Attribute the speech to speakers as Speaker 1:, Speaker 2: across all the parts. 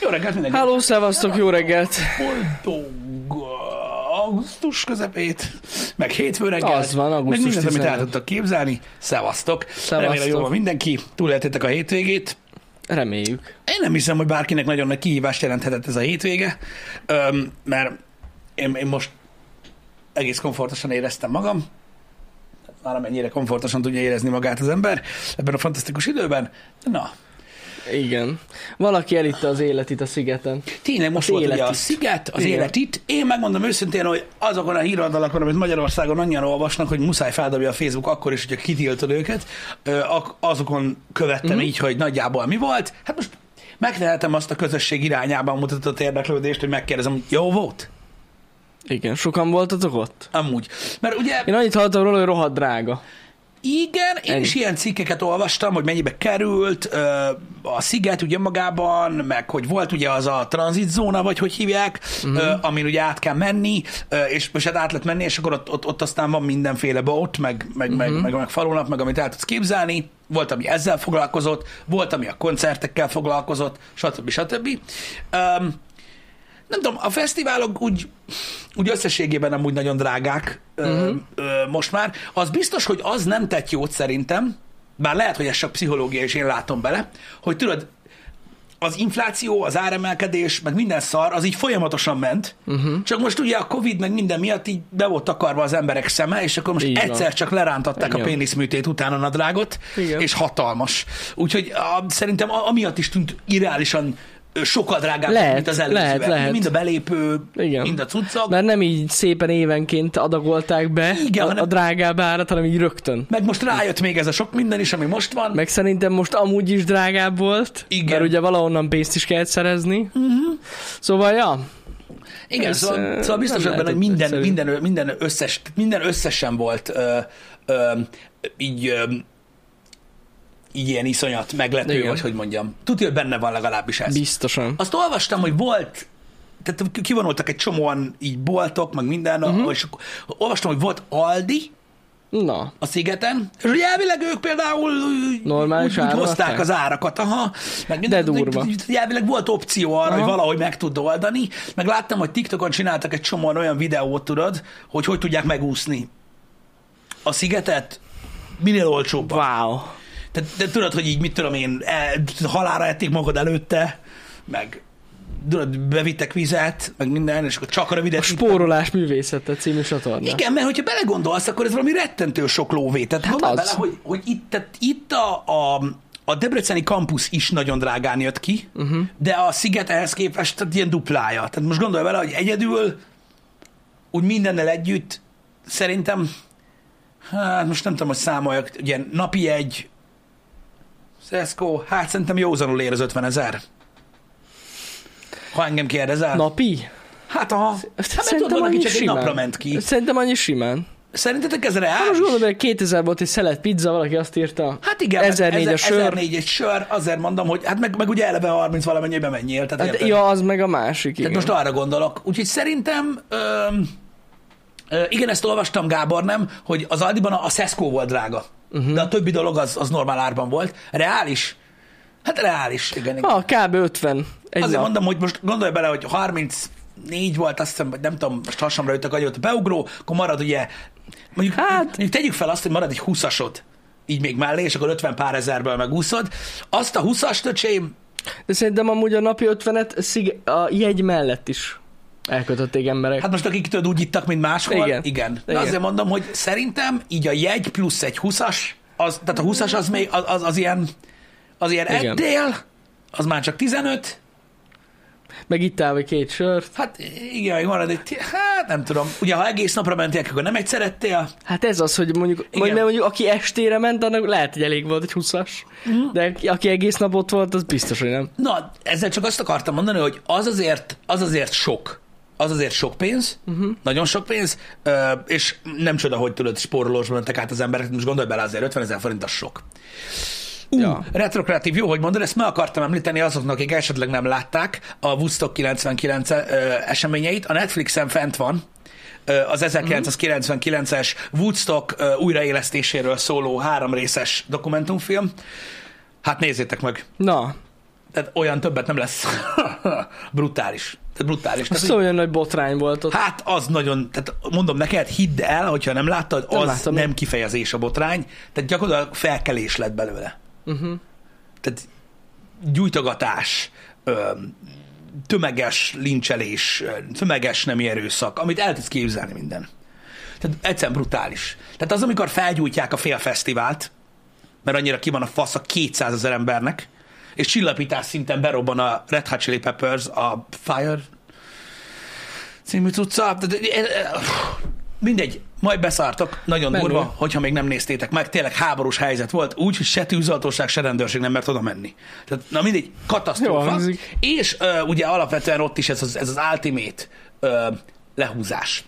Speaker 1: Jó reggelt mindenki!
Speaker 2: Háló, szevasztok, jó reggelt!
Speaker 1: Boldog augusztus közepét, meg hétfő reggel.
Speaker 2: Az van,
Speaker 1: Meg
Speaker 2: augusztus
Speaker 1: mindent, amit el
Speaker 2: 15.
Speaker 1: tudtak képzelni. Szevasztok! Remélem,
Speaker 2: Szevasztok.
Speaker 1: jól van mindenki. Túléltétek a hétvégét.
Speaker 2: Reméljük.
Speaker 1: Én nem hiszem, hogy bárkinek nagyon nagy kihívást jelenthetett ez a hétvége, öm, mert én, én most egész komfortosan éreztem magam, Hát már amennyire komfortosan tudja érezni magát az ember ebben a fantasztikus időben. Na,
Speaker 2: Igen. Valaki elitta az életit a szigeten.
Speaker 1: Tényleg most
Speaker 2: Az
Speaker 1: volt ugye
Speaker 2: élet
Speaker 1: a
Speaker 2: itt.
Speaker 1: sziget, az
Speaker 2: Igen.
Speaker 1: élet itt. Én megmondom őszintén, hogy azokon a híradalakon, amit Magyarországon annyian olvasnak, hogy muszáj feldobja a Facebook akkor is, hogyha kitiltod őket, ö, ak- azokon követtem
Speaker 2: Mhm.
Speaker 1: így, hogy nagyjából mi volt. Hát most megtehetem azt a közösség irányában mutatott érdeklődést, hogy megkérdezem, hogy jó volt?
Speaker 2: Igen, sokan voltatok ott?
Speaker 1: Amúgy. Mert ugye
Speaker 2: Én annyit hallottam róla, hogy rohadt drága.
Speaker 1: igen, én
Speaker 2: Ennyi.
Speaker 1: is ilyen cikkeket olvastam, hogy mennyibe került ö, a sziget ugye magában, meg hogy volt ugye az a tranzitzóna, vagy hogy hívják, ö, amin ugye át kell menni, ö, és most hát át lehet menni, és akkor ott, ott, ott aztán van mindenféle bot, meg, meg, meg, meg, meg falunap, meg amit el tudsz képzelni. Volt, ami ezzel foglalkozott, volt, ami a koncertekkel foglalkozott, stb. stb. Öm, nem tudom, a fesztiválok úgy, úgy összességében nem úgy nagyon drágák
Speaker 2: Mhm.
Speaker 1: uh-huh. ö, most már. Az biztos, hogy az nem tett jót szerintem, bár lehet, hogy ez csak pszichológia, és én látom bele, hogy tudod, az infláció, az áremelkedés, meg minden szar, az így folyamatosan ment,
Speaker 2: Mhm.
Speaker 1: uh-huh. csak most ugye a Covid, meg minden miatt így be volt takarva az emberek szeme, és akkor most
Speaker 2: Így van.
Speaker 1: egyszer csak lerántatták Igen. a
Speaker 2: Igen.
Speaker 1: péniszműtét után a nadrágot,
Speaker 2: Igen.
Speaker 1: és hatalmas. Úgyhogy a, szerintem a- amiatt is tűnt irreálisan ö, sokkal drágább,
Speaker 2: Lehet,
Speaker 1: Hát, mint az előzőek.
Speaker 2: lehet, lehet.
Speaker 1: Mind a belépő,
Speaker 2: Igen.
Speaker 1: mind a cuccok, mert
Speaker 2: Mert nem így szépen évenként adagolták be
Speaker 1: Igen,
Speaker 2: a,
Speaker 1: hanem-
Speaker 2: a drágább árat, hanem így rögtön.
Speaker 1: meg most rájött még ez a sok minden is, ami most van.
Speaker 2: Meg szerintem most amúgy is drágább volt,
Speaker 1: Igen. Mhm.
Speaker 2: mert ugye valahonnan pénzt is kellett szerezni. Uh-huh. Szóval, ja,
Speaker 1: Igen,
Speaker 2: Ez,
Speaker 1: szóval,
Speaker 2: ö,
Speaker 1: szóval biztos
Speaker 2: nem
Speaker 1: ebben, hogy
Speaker 2: lehetett
Speaker 1: minden,
Speaker 2: egyszerű.
Speaker 1: minden, minden, összes, minden összesen volt ö, ö, így, ö, így ilyen iszonyat meglepő,
Speaker 2: Igen.
Speaker 1: vagy hogy mondjam. Tudja, hogy benne van legalábbis ez.
Speaker 2: biztosan.
Speaker 1: Azt olvastam, hogy volt, tehát kivonultak egy csomóan így boltok, meg minden,
Speaker 2: Mhm.
Speaker 1: uh-huh. és akkor olvastam, hogy volt Aldi,
Speaker 2: Na,
Speaker 1: a szigeten, és ugye elvileg ők például úgy-
Speaker 2: Normális
Speaker 1: úgy, úgy
Speaker 2: áron
Speaker 1: hozták
Speaker 2: adták?
Speaker 1: az árakat, aha, meg
Speaker 2: De durva.
Speaker 1: úgy- úgy- Elvileg volt opció arra, hogy
Speaker 2: Aha.
Speaker 1: valahogy meg tud oldani, meg láttam, hogy TikTokon csináltak egy csomóan olyan videót, tudod, hogy hogy tudják megúszni a szigetet, minél olcsóbban.
Speaker 2: wow.
Speaker 1: Te, de tudod, hogy így mit tudom én, e, halára ették magad előtte, meg tudod, bevittek vizet, meg minden, és akkor csak rövidet.
Speaker 2: Spórolás művészete című csatorna.
Speaker 1: Igen, mert hogyha belegondolsz, akkor ez valami rettentő sok lóvé. Tehát hát
Speaker 2: az.
Speaker 1: bele, hogy, hogy itt, tehát itt a, a, a debreceni kampusz is nagyon drágán jött ki,
Speaker 2: Mhm.
Speaker 1: uh-huh. de a sziget ehhez képest tehát ilyen duplája. Tehát most gondolj bele, hogy egyedül, úgy mindennel együtt, szerintem, hát most nem tudom, hogy számoljak, ugye napi egy, Szeszkó, hát szerintem józanul ér az 50 ezer. Ha engem kérdezel.
Speaker 2: Napi?
Speaker 1: Hát aha. Hát, mert tudod, van, aki
Speaker 2: annyi
Speaker 1: csak egy napra ment ki.
Speaker 2: Szerintem annyi simán.
Speaker 1: Szerintetek ez reális?
Speaker 2: Most gondolom, hogy 2000 volt egy szelet pizza, valaki azt írta.
Speaker 1: Hát igen,
Speaker 2: 1004 a sör.
Speaker 1: 1004 egy sör, azért mondom, hogy hát meg, meg ugye eleve 30 valamennyibe menjél, tehát,
Speaker 2: Hát,
Speaker 1: érted?
Speaker 2: ja, az meg a másik, igen.
Speaker 1: tehát most arra gondolok. Úgyhogy szerintem, öm, ö, igen, ezt olvastam, Gábor, nem, hogy az Aldiban a, a Sesco volt drága,
Speaker 2: Mhm.
Speaker 1: uh-huh. de a többi dolog az, az normál árban volt. Reális? Hát reális, igen. igen.
Speaker 2: Ah, kb. 50. Egy
Speaker 1: Azért
Speaker 2: nap.
Speaker 1: mondom, hogy most gondolj bele, hogy 34 volt, azt hiszem, vagy nem tudom, most hasamra jött a kagyot, beugró, akkor marad ugye, mondjuk, hát...
Speaker 2: Hát-
Speaker 1: mondjuk tegyük fel azt, hogy marad egy 20-asod, így még mellé, és akkor 50 pár ezerből megúszod. Azt a 20-as töcsém,
Speaker 2: De szerintem amúgy a napi 50-et szig- a jegy mellett is elkötötték emberek.
Speaker 1: hát most akik tudod úgy ittak, mint máshol, igen.
Speaker 2: Igen.
Speaker 1: igen. Na,
Speaker 2: Igen.
Speaker 1: azért mondom, hogy szerintem így a jegy plusz egy 20-as, az, tehát a 20-as az, még, az, az, az ilyen, az ilyen
Speaker 2: Igen.
Speaker 1: ettél, az már csak 15,
Speaker 2: Meg itt vagy két sört.
Speaker 1: hát igen, még marad egy, hát nem tudom. Ugye, ha egész napra mentél, akkor nem egyszer ettél,
Speaker 2: Hát ez az, hogy mondjuk,
Speaker 1: Igen.
Speaker 2: mondjuk, mert mondjuk aki estére ment, annak lehet, hogy elég volt egy 20-as.
Speaker 1: Mhm.
Speaker 2: De aki- aki egész nap ott volt, az biztos, hogy nem.
Speaker 1: Na, ezzel csak azt akartam mondani, hogy az azért, az azért sok. Az azért sok pénz, uh-huh. nagyon sok pénz, ö, és nem csoda, hogy tudod, spórolós mentek át az emberek, most gondolj bele azért, 50 ezer forint az sok. Ú, ja.
Speaker 2: Ja.
Speaker 1: retrokreatív, jó, hogy mondod, ezt meg akartam említeni azoknak, akik esetleg nem látták a Woodstock 99 ö, eseményeit. A Netflixen fent van ö, az 1999-es Woodstock ö, újraélesztéséről szóló háromrészes dokumentumfilm. Hát nézzétek meg,
Speaker 2: Na,
Speaker 1: tehát olyan többet nem lesz. brutális. Tehát brutális. Tehát,
Speaker 2: Ez
Speaker 1: hogy-
Speaker 2: szóval olyan nagy botrány volt ott.
Speaker 1: hát az nagyon, tehát mondom neked, hidd el, hogyha nem láttad,
Speaker 2: Nem
Speaker 1: az
Speaker 2: láttam.
Speaker 1: nem kifejezés a botrány, tehát gyakorlatilag felkelés lett belőle.
Speaker 2: Uh-huh.
Speaker 1: tehát gyújtogatás, ö, tömeges lincselés, ö, tömeges nemi erőszak, amit el tudsz képzelni minden. Tehát egyszerűen brutális. Tehát az, amikor felgyújtják a fél fesztivált, mert annyira ki van a fasz a 200 ezer embernek, és csillapítás szinten berobban a Red Hot Chili Peppers, a Fire című cucca. Tehát, e- e- pff, Mindegy, majd beszártok, nagyon
Speaker 2: Menő.
Speaker 1: durva, hogyha még nem néztétek meg, tényleg háborús helyzet volt, úgyhogy se tűzoltóság, se rendőrség nem mert oda menni. Tehát, na mindegy,
Speaker 2: Jól
Speaker 1: katasztrófa.
Speaker 2: hangzik.
Speaker 1: És ö, ugye alapvetően ott is ez az, ez az ultimate ö, lehúzás.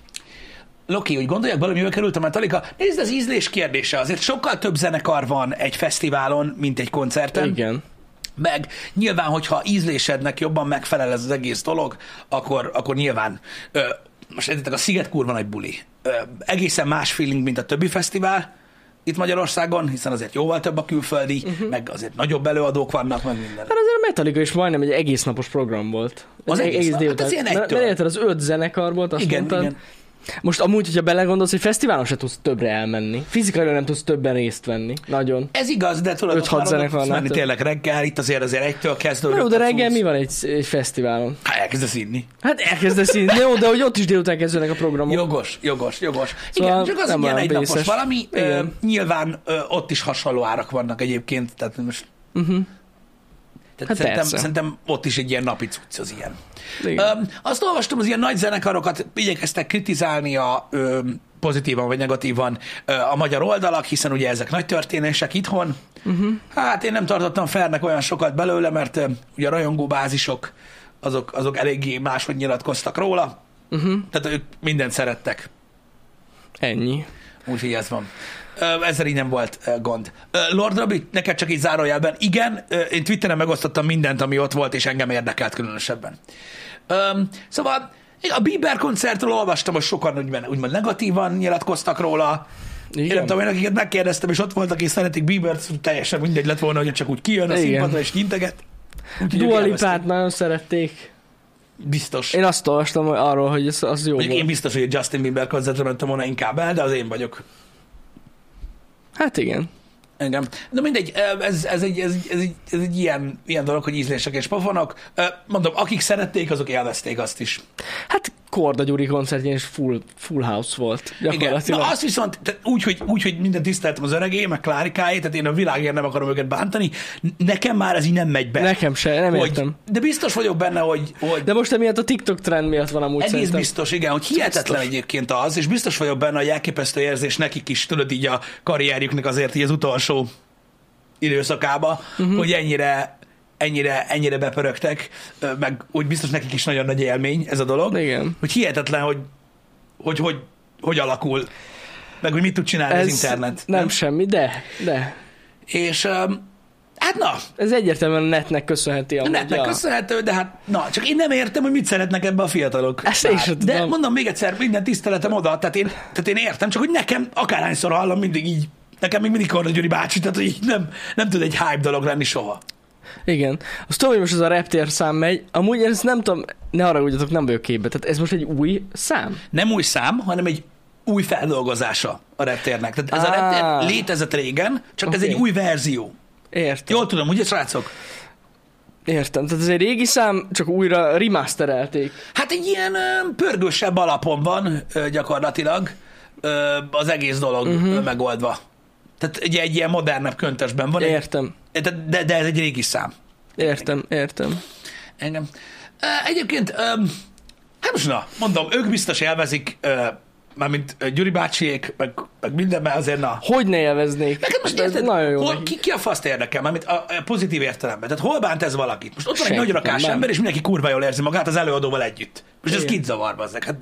Speaker 1: Loki, úgy gondolják, valamivel került a Metallica? Nézd, az ízlés kérdése. Azért sokkal több zenekar van egy fesztiválon, mint egy koncerten.
Speaker 2: Igen.
Speaker 1: Meg nyilván, hogyha ízlésednek jobban megfelel ez az egész dolog, akkor, akkor nyilván, ö, most értitek, a Sziget kurva nagy buli. Ö, egészen más feeling, mint a többi fesztivál itt Magyarországon, hiszen azért jóval több a külföldi,
Speaker 2: Mhm.
Speaker 1: uh-huh. meg azért nagyobb előadók vannak, meg minden.
Speaker 2: Hát azért a Metallica is majdnem egy egész napos program volt.
Speaker 1: Az
Speaker 2: Egy
Speaker 1: egész nap? Hát az ilyen
Speaker 2: Mert-
Speaker 1: egytől.
Speaker 2: mert érted, az öt zenekar volt, azt
Speaker 1: Igen,
Speaker 2: mondtad.
Speaker 1: igen.
Speaker 2: Most amúgy, hogyha belegondolsz, hogy fesztiválon se tudsz többre elmenni. Fizikailag nem tudsz többen részt venni. Nagyon.
Speaker 1: Ez igaz, de tudod,
Speaker 2: Öt-hat
Speaker 1: ott már oda
Speaker 2: zenekar
Speaker 1: tudsz menni
Speaker 2: látod.
Speaker 1: tényleg reggel, itt azért azért egytől kezdődött.
Speaker 2: Na jó, de
Speaker 1: a
Speaker 2: reggel
Speaker 1: cucc.
Speaker 2: mi van egy, egy fesztiválon?
Speaker 1: Hát elkezdesz inni.
Speaker 2: Hát elkezdesz így, jó, de hogy ott is délután kezdődnek a programok.
Speaker 1: Jogos, jogos, jogos.
Speaker 2: Szóval
Speaker 1: Igen, csak az
Speaker 2: nem
Speaker 1: ilyen
Speaker 2: olyan
Speaker 1: egy napos
Speaker 2: vészes.
Speaker 1: valami. Ö,
Speaker 2: Igen.
Speaker 1: nyilván ö, ott is hasonló árak vannak egyébként, tehát most
Speaker 2: Uh-huh.
Speaker 1: Tehát
Speaker 2: Hát
Speaker 1: szerintem,
Speaker 2: persze.
Speaker 1: szerintem ott is egy ilyen napi cucc az ilyen.
Speaker 2: Igen.
Speaker 1: Öm, azt olvastam, az ilyen nagy zenekarokat igyekeztek kritizálni a öm, pozitívan vagy negatívan ö, a magyar oldalak, hiszen ugye ezek nagy történések itthon.
Speaker 2: Mhm.
Speaker 1: Uh-huh. Hát én nem tartottam fernek olyan sokat belőle, mert ö, ugye a rajongóbázisok azok, azok eléggé máshogy nyilatkoztak róla,
Speaker 2: Uh-huh.
Speaker 1: tehát ők mindent szerettek.
Speaker 2: Ennyi.
Speaker 1: Úgyhogy ez van. Ö, Ezzel így nem volt ö, gond. Ö, Lord Robi, neked csak így zárójelben. Igen, ö, én Twitteren megosztottam mindent, ami ott volt, és engem érdekelt különösebben. Öm, Szóval a Bieber koncertről olvastam, hogy sokan úgymond, úgymond negatívan nyilatkoztak róla. Igen. Én nem tudom, én akiket megkérdeztem, és ott voltak, és szeretik Biebert, teljesen mindegy lett volna, hogy csak úgy kijön a
Speaker 2: Igen.
Speaker 1: színpadra, és integet. Úgyhogy ők
Speaker 2: Dua
Speaker 1: élvezték.
Speaker 2: Lipát nagyon szerették.
Speaker 1: Biztos. Én,
Speaker 2: Én azt olvastam hogy arról, hogy ez, az jó volt.
Speaker 1: én biztos, hogy a Justin Bieber koncertre mentem volna inkább el, de az én vagyok.
Speaker 2: Hát igen.
Speaker 1: Engem. Na mindegy, ez, ez, egy, ez, egy- ez, egy, ez egy ilyen, ilyen dolog, hogy ízlések és pofonok. Ö, Mondom, akik szerették, azok élvezték azt is.
Speaker 2: Hát Korda Gyuri koncertjén is full, full house volt.
Speaker 1: Igen.
Speaker 2: Gyakorlatilag.
Speaker 1: Na, azt viszont tehát úgy, hogy, úgy, hogy minden tiszteltem az öregé, meg Klárikáé, tehát én a világért nem akarom őket bántani. Nekem már ez így nem megy be.
Speaker 2: Nekem se, nem
Speaker 1: hogy,
Speaker 2: értem.
Speaker 1: De biztos vagyok benne, hogy, hogy
Speaker 2: De most emiatt a TikTok trend miatt van amúgy
Speaker 1: Egész
Speaker 2: szerintem.
Speaker 1: biztos, igen, hogy hihetetlen
Speaker 2: Biztos.
Speaker 1: egyébként az, és biztos vagyok benne, hogy elképesztő érzés nekik is, tudod így a karrierjüknek azért így az utolsó időszakába,
Speaker 2: Mhm.
Speaker 1: uh-huh. hogy ennyire ennyire, ennyire bepörögtek, ö, meg úgy biztos nekik is nagyon nagy élmény ez a dolog.
Speaker 2: Igen.
Speaker 1: Hogy hihetetlen, hogy hogy, hogy, hogy alakul, meg hogy mit tud csinálni ez az internet.
Speaker 2: Nem, nem semmi, de, de.
Speaker 1: És öm, hát na,
Speaker 2: Ez egyértelműen a netnek köszönheti
Speaker 1: a
Speaker 2: amúgy.
Speaker 1: netnek
Speaker 2: ja.
Speaker 1: köszönhető, de hát na, csak én nem értem, hogy mit szeretnek ebbe a fiatalok.
Speaker 2: Ezt én
Speaker 1: Bár-
Speaker 2: sem
Speaker 1: de
Speaker 2: tudom.
Speaker 1: mondom még egyszer, minden tiszteletem oda, tehát én, tehát én értem, csak hogy nekem akárhányszor hallom, mindig így, nekem még mindig Korda Gyuri bácsi, tehát hogy így nem, nem tud egy hype dolog lenni soha.
Speaker 2: Igen. Azt tudom, hogy most ez a reptér szám megy. Amúgy én ezt nem tudom, ne arra ugyatok, nem vagyok képbe. Tehát ez most egy új szám.
Speaker 1: Nem új szám, hanem egy új feldolgozása a reptérnek. Tehát ez a
Speaker 2: Á.
Speaker 1: reptér létezett régen, csak ez
Speaker 2: Oké.
Speaker 1: egy új verzió.
Speaker 2: Értem.
Speaker 1: Jól tudom, ugye srácok?
Speaker 2: Értem. Tehát ez egy régi szám, csak újra remasterelték.
Speaker 1: Hát egy ilyen ö, pörgősebb alapon van ö, gyakorlatilag ö, az egész dolog uh-huh. megoldva. Tehát ugye egy ilyen modernebb köntösben van, egy,
Speaker 2: Értem.
Speaker 1: tehát- de, de ez egy régi szám.
Speaker 2: Értem, értem.
Speaker 1: Engem. Ö, Egyébként, ö, hát most na, mondom, ők biztos élvezik, ö, mármint ö, Gyuri bácsiék, meg, meg minden, mert azért na.
Speaker 2: Hogy ne élveznék?
Speaker 1: Nekem most
Speaker 2: De ez
Speaker 1: érted,
Speaker 2: nagyon jó.
Speaker 1: hol,
Speaker 2: neki.
Speaker 1: ki, ki a faszt érdekel, mármint a, a pozitív értelemben. Tehát hol bánt ez valakit? Most ott van egy
Speaker 2: Senki
Speaker 1: nagy rakás
Speaker 2: nem.
Speaker 1: ember, és mindenki kurva jól érzi magát az előadóval együtt. Most ez
Speaker 2: Igen.
Speaker 1: kit zavarba ezek? Hát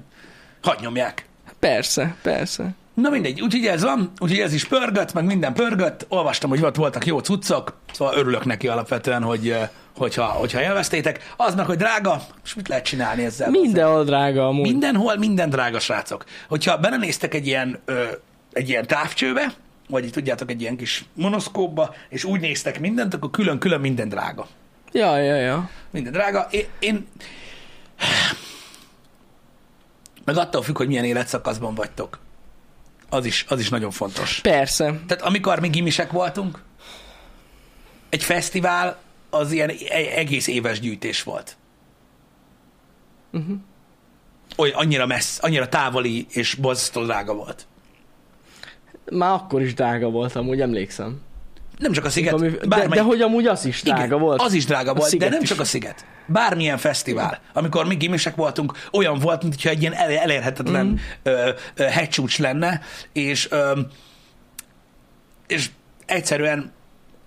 Speaker 1: hagyd nyomják.
Speaker 2: Persze, persze.
Speaker 1: Na mindegy, úgyhogy ez van, úgyhogy ez is pörgött, meg minden pörgött. Olvastam, hogy ott voltak jó cuccok, szóval örülök neki alapvetően, hogy, eh, hogyha, hogyha élveztétek. Aznak, hogy drága, és mit lehet csinálni ezzel?
Speaker 2: Mindenhol drága amúgy. Mind...
Speaker 1: Mindenhol minden drága srácok. Hogyha belenéztek egy ilyen, ö, egy ilyen távcsőbe, vagy így tudjátok, egy ilyen kis monoszkóba, és úgy néztek mindent, akkor külön-külön minden drága.
Speaker 2: Ja, ja, ja.
Speaker 1: Minden drága. Én, én... Meg attól függ, hogy milyen életszakaszban vagytok. Az is, az is nagyon fontos.
Speaker 2: Persze.
Speaker 1: Tehát amikor mi gimisek voltunk, egy fesztivál az ilyen e- egész éves gyűjtés volt.
Speaker 2: Uh-huh.
Speaker 1: Olyan annyira messz, annyira távoli és borzasztó drága volt.
Speaker 2: Már akkor is drága volt, amúgy emlékszem.
Speaker 1: Nem csak a sziget,
Speaker 2: Ami, de, de hogy amúgy az is drága
Speaker 1: igen,
Speaker 2: volt.
Speaker 1: az is drága volt, de
Speaker 2: sziget
Speaker 1: nem
Speaker 2: is.
Speaker 1: csak a sziget. Bármilyen fesztivál, amikor mi gimisek voltunk, olyan volt, mintha egy ilyen el- elérhetetlen
Speaker 2: Mhm.
Speaker 1: mm. ö, ö, hegycsúcs lenne, és, ö, és egyszerűen,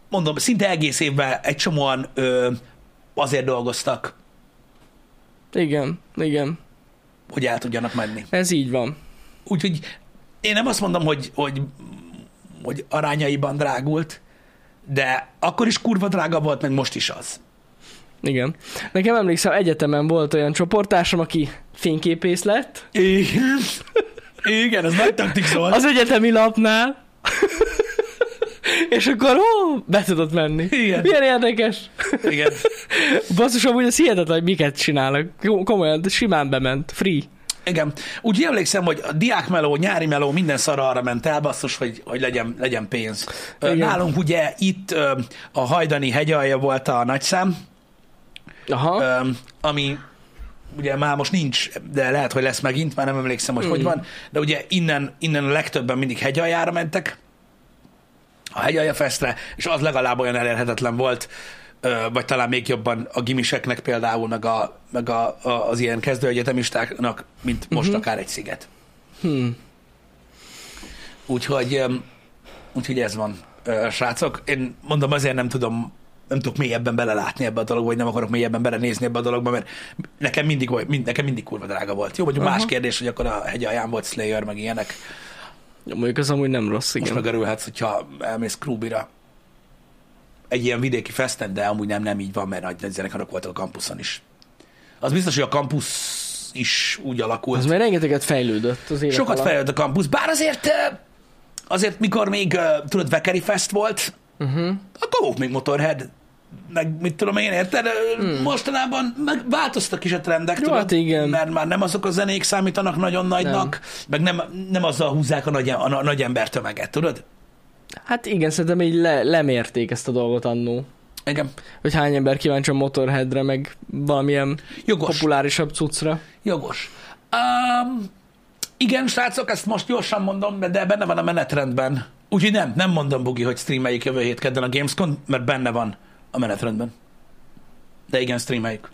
Speaker 1: mondom, szinte egész évben egy csomóan ö, azért dolgoztak,
Speaker 2: Igen, igen.
Speaker 1: hogy el tudjanak menni.
Speaker 2: Ez így van.
Speaker 1: Úgyhogy én nem azt mondom, hogy, hogy, hogy arányaiban drágult, de akkor is kurva drága volt, meg most is az.
Speaker 2: Igen. Nekem emlékszem, egyetemen volt olyan csoporttársam, aki fényképész lett.
Speaker 1: Igen. Igen, az nagy taktik volt.
Speaker 2: Az egyetemi lapnál. És akkor ó, be tudott menni.
Speaker 1: Igen.
Speaker 2: Milyen érdekes.
Speaker 1: Igen.
Speaker 2: Basszus, amúgy ez hihetetlen, hogy miket csinálnak. Jó, Komolyan, de simán bement. Free.
Speaker 1: Igen. Úgy emlékszem, hogy a diákmeló, nyári meló, minden szar arra ment el, basszus, hogy, hogy legyen, legyen pénz. Igen.
Speaker 2: Igen.
Speaker 1: Nálunk ugye itt ö, a hajdani hegyalja volt a nagyszám,
Speaker 2: Aha.
Speaker 1: ö, ami ugye már most nincs, de lehet, hogy lesz megint, már nem emlékszem, hogy mm.
Speaker 2: Hmm.
Speaker 1: hogy van, de ugye innen, innen a legtöbben mindig hegyaljára mentek, a hegyalja festre, és az legalább olyan elérhetetlen volt, ö, vagy talán még jobban a gimiseknek például, meg, a, meg a, a, az ilyen kezdőegyetemistáknak, mint most
Speaker 2: Mhm.
Speaker 1: akár egy sziget.
Speaker 2: Hmm.
Speaker 1: Úgyhogy, öm, úgyhogy ez van, ö, srácok. Én mondom, azért nem tudom, nem tudok mélyebben belelátni ebbe a dologba, vagy nem akarok mélyebben belenézni ebbe a dologba, mert nekem mindig, oly- mind, nekem mindig kurva drága volt. Jó, mondjuk
Speaker 2: Aha.
Speaker 1: más kérdés, hogy akkor a hegy alján volt Slayer, meg ilyenek.
Speaker 2: Ja, Mondjuk az amúgy nem rossz,
Speaker 1: Most
Speaker 2: igen.
Speaker 1: megörülhetsz, hogyha elmész Krúbira egy ilyen vidéki festen, de amúgy nem, nem így van, mert nagy, nagy zenekarok voltak a kampuszon is. Az biztos, hogy a kampusz is úgy alakult.
Speaker 2: Az már rengeteget fejlődött az élet
Speaker 1: Sokat
Speaker 2: alatt.
Speaker 1: fejlődött a kampusz, bár azért, eh, azért mikor még, eh, tudod, Vekeri Fest volt,
Speaker 2: Uh-huh.
Speaker 1: akkor volt még Motorhead, meg mit tudom én, érted? Hmm. Mostanában meg változtak is a trendek,
Speaker 2: Jó,
Speaker 1: tudod?
Speaker 2: hát igen.
Speaker 1: Mert már nem azok a zenék számítanak nagyon nagynak, nem. meg nem, nem azzal húzzák a nagy, a, a nagy ember tömeget, tudod?
Speaker 2: Hát igen, szerintem így le, lemérték ezt a dolgot annó.
Speaker 1: Engem.
Speaker 2: Hogy hány ember kíváncsi a Motorheadre, meg valamilyen
Speaker 1: Jogos.
Speaker 2: populárisabb cuccra.
Speaker 1: Jogos. Um, igen, srácok, ezt most gyorsan mondom, de- de benne van a menetrendben. Úgyhogy nem, nem mondom, Bugi, hogy streameljük jövő hét kedden a Gamescon, mert benne van a menetrendben. De igen, streameljük.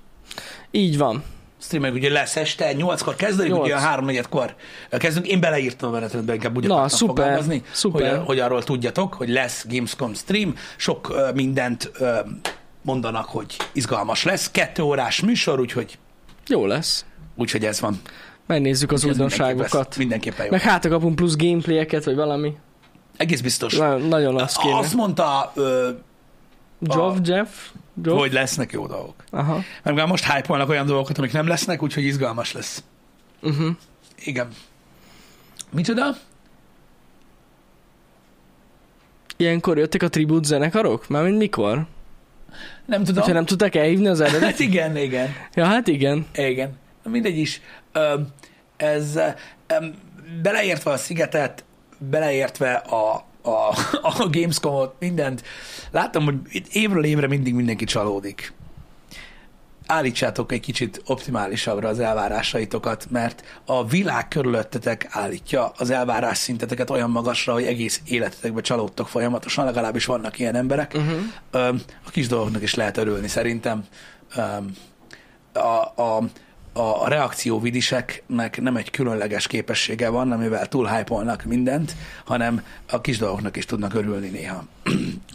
Speaker 2: Így van.
Speaker 1: Streameljük, ugye lesz este, 8-kor kezdődik,
Speaker 2: Nyolc.
Speaker 1: ugye a 3 kor kezdünk. Én beleírtam a menetrendbe, inkább úgy
Speaker 2: Na,
Speaker 1: akartam
Speaker 2: szuper,
Speaker 1: fogalmazni,
Speaker 2: szuper.
Speaker 1: Hogy, hogy arról tudjatok, hogy lesz Gamescom stream. Sok ö, mindent ö, mondanak, hogy izgalmas lesz. Kettő órás műsor, úgyhogy,
Speaker 2: Jó lesz.
Speaker 1: úgyhogy ez van.
Speaker 2: Megnézzük az
Speaker 1: Ez
Speaker 2: újdonságokat.
Speaker 1: Mindenképpen, mindenképpen jó.
Speaker 2: Meg hát kapunk plusz gameplayeket, vagy valami.
Speaker 1: Egész biztos.
Speaker 2: Na, nagyon az kéne.
Speaker 1: Azt mondta, ö,
Speaker 2: Jov, Jeff? Jov?
Speaker 1: hogy lesznek jó dolgok.
Speaker 2: Aha.
Speaker 1: Mert már most hype olyan dolgokat, amik nem lesznek, úgyhogy izgalmas lesz.
Speaker 2: Uh-huh.
Speaker 1: Igen. Micsoda?
Speaker 2: Ilyenkor jöttek a tribut zenekarok? Mármint mikor?
Speaker 1: Nem tudom.
Speaker 2: Hogyha nem tudták elhívni az eredet?
Speaker 1: Hát igen, igen.
Speaker 2: Ja, hát igen.
Speaker 1: Igen. Mindegy is. Ö, ez ö, em, beleértve a szigetet, beleértve a, a, a Gamescom-ot, mindent, látom, hogy itt évről évre mindig mindenki csalódik. Állítsátok egy kicsit optimálisabbra az elvárásaitokat, mert a világ körülöttetek állítja az elvárás szinteteket olyan magasra, hogy egész életetekbe csalódtok folyamatosan, legalábbis vannak ilyen emberek.
Speaker 2: Uh-huh.
Speaker 1: Ö, a kis dolgoknak is lehet örülni szerintem. Ö, A, a, a a reakcióvidiseknek nem egy különleges képessége van, amivel túlhypolnak mindent, hanem a kis dolgoknak is tudnak örülni néha.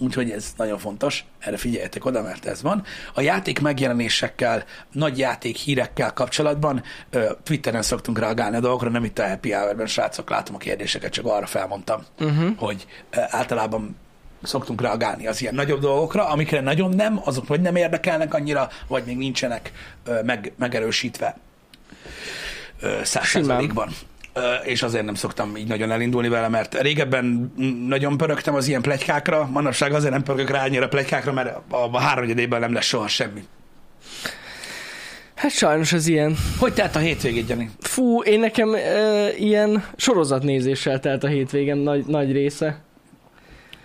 Speaker 1: Úgyhogy ez nagyon fontos, erre figyeljetek oda, mert ez van. A játék megjelenésekkel, nagy játék hírekkel kapcsolatban ö, Twitteren szoktunk reagálni a dolgokra, nem itt a Happy Hour-ben, srácok, látom a kérdéseket, csak arra felmondtam, uh-huh. hogy ö, általában szoktunk reagálni az ilyen nagyobb dolgokra, amikre nagyon nem, azok vagy nem érdekelnek annyira, vagy még nincsenek ö, meg, megerősítve ö, száz
Speaker 2: Simán.
Speaker 1: százalékban. Ö, és azért nem szoktam így nagyon elindulni vele, mert régebben nagyon pörögtem az ilyen plegykákra, manapság azért nem pörögök rá annyira plegykákra, mert a, a háromnegyedében nem lesz soha semmi.
Speaker 2: Hát sajnos ez ilyen.
Speaker 1: Hogy telt a hétvégét, Jani?
Speaker 2: Fú, én nekem ö, ilyen sorozatnézéssel telt a hétvégem nagy, nagy része.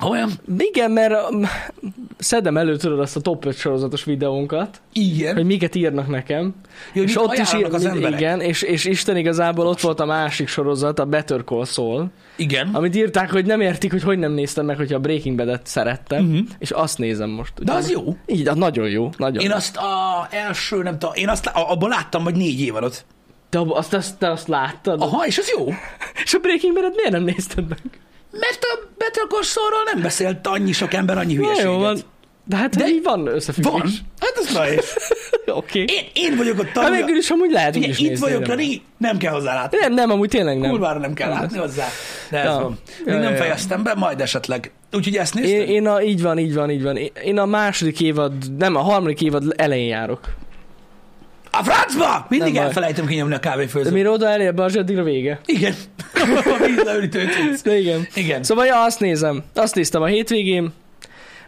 Speaker 1: Olyan?
Speaker 2: Igen, mert ö, szedem elő tudod azt a top 5 sorozatos videónkat,
Speaker 1: Igen.
Speaker 2: hogy miket írnak nekem.
Speaker 1: Jó,
Speaker 2: és
Speaker 1: mit
Speaker 2: ott is
Speaker 1: ajánlanak
Speaker 2: írnak
Speaker 1: az emberek?
Speaker 2: Igen, és, és Isten igazából ott volt a másik sorozat, a Better Call Saul,
Speaker 1: Igen.
Speaker 2: amit írták, hogy nem értik, hogy hogy nem néztem meg, hogyha a Breaking Bad-et szerettem,
Speaker 1: Mhm.
Speaker 2: és azt nézem most.
Speaker 1: De
Speaker 2: ugye.
Speaker 1: az jó.
Speaker 2: Így, az nagyon jó, nagyon
Speaker 1: Én
Speaker 2: jó.
Speaker 1: azt a első, nem tudom, én azt, a- abban láttam, hogy négy évadot.
Speaker 2: Te ab- azt, azt, te azt láttad?
Speaker 1: Aha, és az jó.
Speaker 2: És a Breaking Bad-et miért nem nézted meg?
Speaker 1: Mert a Better Call Saul-ról nem beszélt annyi sok ember, annyi
Speaker 2: Na,
Speaker 1: hülyeséget.
Speaker 2: jó van. De hát
Speaker 1: De-
Speaker 2: De... így van összefüggés.
Speaker 1: Van. Hát ez nehéz.
Speaker 2: Oké. Okay.
Speaker 1: Én, én vagyok a
Speaker 2: Hát
Speaker 1: tagja.
Speaker 2: végül is amúgy lehet
Speaker 1: Ugye,
Speaker 2: úgy is
Speaker 1: itt
Speaker 2: nézni,
Speaker 1: vagyok,
Speaker 2: nem?
Speaker 1: Lani, nem kell hozzá látni.
Speaker 2: Nem, nem, amúgy tényleg nem.
Speaker 1: Kurvára nem kell
Speaker 2: Nem
Speaker 1: látni hozzá. De ez
Speaker 2: Ja.
Speaker 1: van. Még
Speaker 2: Ja,
Speaker 1: nem
Speaker 2: ja, ja.
Speaker 1: fejeztem be, majd esetleg. Úgyhogy ezt nézted?
Speaker 2: Én, én a, így van, így van, így van. Én- Én a második évad, nem, a harmadik évad elején járok.
Speaker 1: A francba! Mindig
Speaker 2: Nem baj.
Speaker 1: elfelejtem kinyomni a
Speaker 2: De
Speaker 1: kávéfőzőt.
Speaker 2: mire oda elér be, az addigra vége.
Speaker 1: Igen. a vízleülítő cucc.
Speaker 2: De igen.
Speaker 1: Igen.
Speaker 2: Szóval ja, azt nézem. Azt néztem a hétvégén,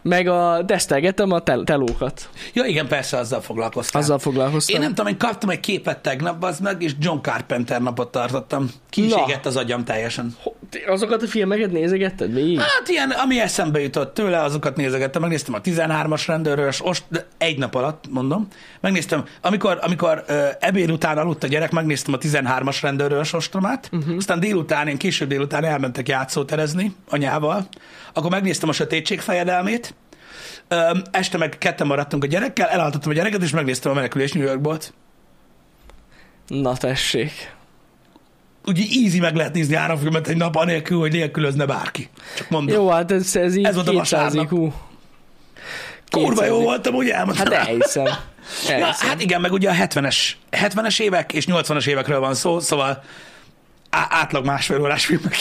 Speaker 2: meg a tesztelgetem a tel- telókat.
Speaker 1: Ja, igen, persze azzal foglalkoztam.
Speaker 2: Azzal foglalkoztam.
Speaker 1: Én nem tudom, én kaptam egy képet tegnap, az meg, és John Carpenter napot tartottam. Kíségett az agyam teljesen.
Speaker 2: Ti Azokat a filmeket nézegetted végig?
Speaker 1: Hát ilyen, ami eszembe jutott tőle, azokat nézegettem. Megnéztem a 13-as rendőrös, ost, de egy nap alatt, mondom. Megnéztem, amikor, amikor ö, ebéd után aludt a gyerek, megnéztem a 13-as rendőrös ostromát, uh-huh. aztán délután, én késő délután elmentek játszóterezni anyával, akkor megnéztem a sötétség fejedelmét, ö, este meg ketten maradtunk a gyerekkel, elaltattam a gyereket, és megnéztem a menekülés New Yorkból.
Speaker 2: Na tessék.
Speaker 1: Úgy easy meg lehet nézni három filmet egy nap, anélkül, hogy nélkülözne bárki. Csak mondom. Jó,
Speaker 2: Jó, hát ez, ez így
Speaker 1: Ez volt a
Speaker 2: 200
Speaker 1: vasárnap.
Speaker 2: IQ.
Speaker 1: Kurva
Speaker 2: 200
Speaker 1: jó
Speaker 2: IQ.
Speaker 1: voltam, ugye elmondtam.
Speaker 2: Hát elhiszem.
Speaker 1: Ja,
Speaker 2: elhiszem.
Speaker 1: hát igen, meg ugye a 70-es, 70-es évek és 80-as évekről van szó, szóval á, átlag másfél órás filmek.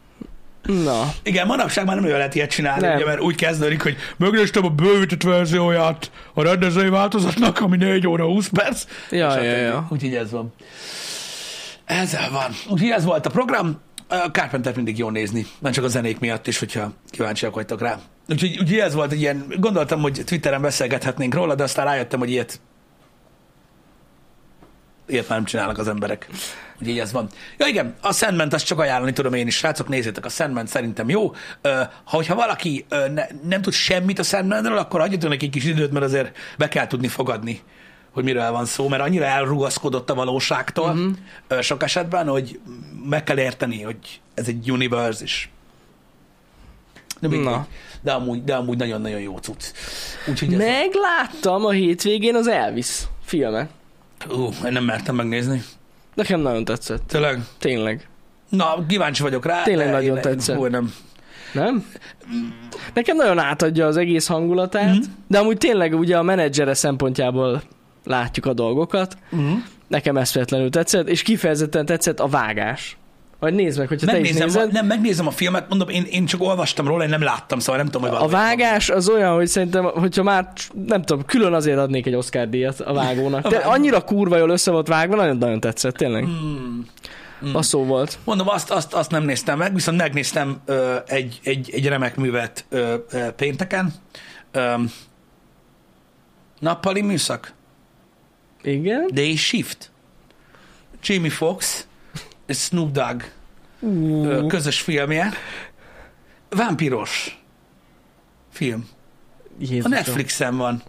Speaker 2: Na,
Speaker 1: igen, manapság már nem olyan lehet ilyet csinálni,
Speaker 2: Nem.
Speaker 1: ugye, mert úgy kezdődik, hogy megnéztem a bővített verzióját a rendezői változatnak, ami 4 óra 20 perc.
Speaker 2: Ja,
Speaker 1: És
Speaker 2: ja,
Speaker 1: stb.
Speaker 2: ja.
Speaker 1: Úgyhogy ez van. Ezzel van. Úgyhogy ez volt a program. A Carpentert mindig jó nézni, nem csak a zenék miatt is, hogyha kíváncsiak vagytok rá. Úgyhogy ugye ez volt egy ilyen, gondoltam, hogy Twitteren beszélgethetnénk róla, de aztán rájöttem, hogy ilyet ilyet már nem csinálnak az emberek. Úgyhogy így ez van. Ja igen, a Sandment azt csak ajánlani tudom én is, srácok, nézzétek, a Sandment szerintem jó. Ö, ha hogyha valaki ö, ne, nem tud semmit a Sandmentről, akkor adjatok neki egy kis időt, mert azért be kell tudni fogadni, hogy miről van szó, mert annyira elrugaszkodott a valóságtól mm-hmm. ö, sok esetben, hogy meg kell érteni, hogy ez egy universe is. De, mindegy.
Speaker 2: Na.
Speaker 1: de, amúgy, de amúgy nagyon-nagyon jó cucc. Úgyhogy ez van.
Speaker 2: megláttam a hétvégén az Elvis filmet.
Speaker 1: Ú, én nem mertem megnézni.
Speaker 2: Nekem nagyon tetszett,
Speaker 1: Tényleg.
Speaker 2: tényleg.
Speaker 1: Na, kíváncsi vagyok rá.
Speaker 2: Tényleg
Speaker 1: de
Speaker 2: nagyon
Speaker 1: én-
Speaker 2: tetszett.
Speaker 1: Hú, nem.
Speaker 2: Nem? Nekem nagyon átadja az egész hangulatát,
Speaker 1: Mhm.
Speaker 2: mm-hmm. de amúgy tényleg ugye a menedzsere szempontjából látjuk a dolgokat.
Speaker 1: Mhm.
Speaker 2: Nekem ez feltétlenül tetszett, és kifejezetten tetszett a vágás. Vagy nézd meg, hogyha te is
Speaker 1: Megnézem,
Speaker 2: nézed.
Speaker 1: ma, nem, megnézem a filmet, mondom, én, én csak olvastam róla, én nem láttam, szóval nem tudom, hogy
Speaker 2: A
Speaker 1: valami-
Speaker 2: vágás az olyan, hogy szerintem, hogyha már, nem tudom, külön azért adnék egy Oscar díjat a vágónak.
Speaker 1: A
Speaker 2: De
Speaker 1: vágó.
Speaker 2: annyira kurva jól össze volt vágva, nagyon-nagyon tetszett, tényleg.
Speaker 1: Hmm.
Speaker 2: A szó volt.
Speaker 1: Mondom, azt, azt, azt nem néztem meg, viszont megnéztem ö, egy, egy, egy remek művet ö, ö, pénteken. Ö, nappali műszak.
Speaker 2: Igen?
Speaker 1: Day Shift. Jamie Fox és Snoop Dogg ö,
Speaker 2: Uh,
Speaker 1: közös filmje. Vámpíros film. A Netflixen van.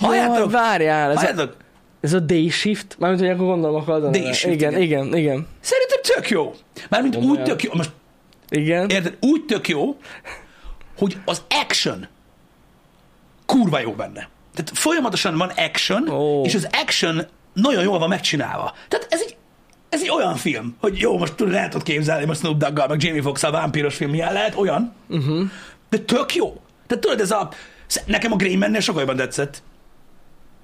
Speaker 2: Jaj,
Speaker 1: Halljátok,
Speaker 2: várjál, ez a,
Speaker 1: halljátok,
Speaker 2: ez a day shift? Mármint, hogy akkor gondolom, akkor az a
Speaker 1: Day
Speaker 2: neve.
Speaker 1: shift,
Speaker 2: igen,
Speaker 1: igen.
Speaker 2: igen, igen,
Speaker 1: Szerintem tök jó. Mármint úgy
Speaker 2: Komolyan.
Speaker 1: tök jó, most
Speaker 2: igen.
Speaker 1: érted, úgy tök jó, hogy az action kurva jó benne. Tehát folyamatosan van action,
Speaker 2: Ó.
Speaker 1: oh. és az action nagyon jól van megcsinálva. Tehát ez egy, ez egy olyan film, hogy jó, most tudod, lehet ott képzelni, most Snoop Dogg-gal, meg Jamie foxx a vámpíros film milyen lehet, olyan. Uh-huh. De tök jó. Tehát tudod, ez a... Nekem a Grey Man-nél sokkal jobban tetszett.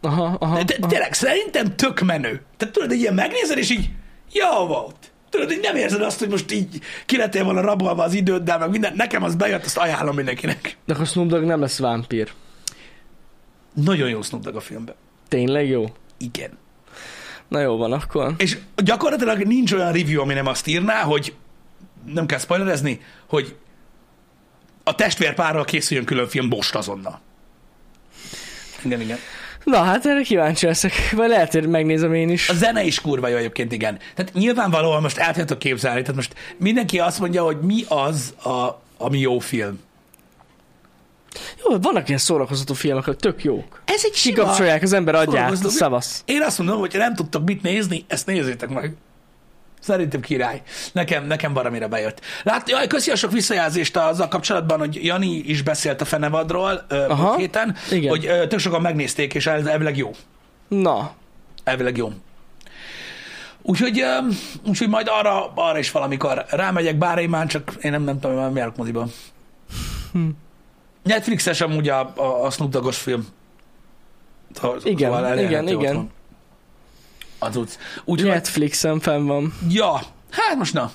Speaker 2: Aha, aha,
Speaker 1: De, de
Speaker 2: aha.
Speaker 1: tényleg, szerintem tök menő. Tehát tudod, egy ilyen megnézed, és így jó volt. Tudod, így nem érzed azt, hogy most így kiletél volna rabolva az időddel, meg minden. Nekem az bejött, azt ajánlom mindenkinek.
Speaker 2: De akkor Snoop Dogg nem lesz vámpír.
Speaker 1: Nagyon jó Snoop Dogg a filmben.
Speaker 2: Tényleg jó?
Speaker 1: Igen.
Speaker 2: Na jó van akkor.
Speaker 1: És gyakorlatilag nincs olyan review, ami nem azt írná, hogy nem kell spoilerezni, hogy a testvérpárral készüljön külön film most azonnal. Igen, igen.
Speaker 2: Na hát erre kíváncsi leszek. Vagy lehet, hogy megnézem én is.
Speaker 1: A zene is kurva jó egyébként, igen. Tehát nyilvánvalóan most el tudjátok képzelni, tehát most mindenki azt mondja, hogy mi az, a, ami jó film.
Speaker 2: Jó, vannak ilyen szórakoztató filmek, hogy tök jók.
Speaker 1: Ez egy
Speaker 2: Kikapcsolják az ember agyát,
Speaker 1: Szórakoztató.
Speaker 2: szavasz.
Speaker 1: Szóval Én azt mondom, hogy nem tudtok mit nézni, ezt nézzétek meg. Szerintem király. Nekem, nekem valamire bejött. Lát, jaj, köszi a sok visszajelzést azzal kapcsolatban, hogy Jani is beszélt a Fenevadról ö,
Speaker 2: Aha.
Speaker 1: múlt héten,
Speaker 2: Igen.
Speaker 1: hogy ö, tök sokan megnézték, és el- elvileg jó.
Speaker 2: Na,
Speaker 1: Elvileg jó. Úgyhogy, ö, úgyhogy majd arra, arra is valamikor rámegyek, bár én már csak én nem, nem tudom, már járok moziba. Netflixes amúgy a, a, a Snoop Doggos film. Szóval-
Speaker 2: Igen,
Speaker 1: szóval elérhető
Speaker 2: igen,
Speaker 1: otthon.
Speaker 2: igen.
Speaker 1: Az utc. Úgyhogy, yeah.
Speaker 2: Netflixen fenn van.
Speaker 1: ja, hát most na.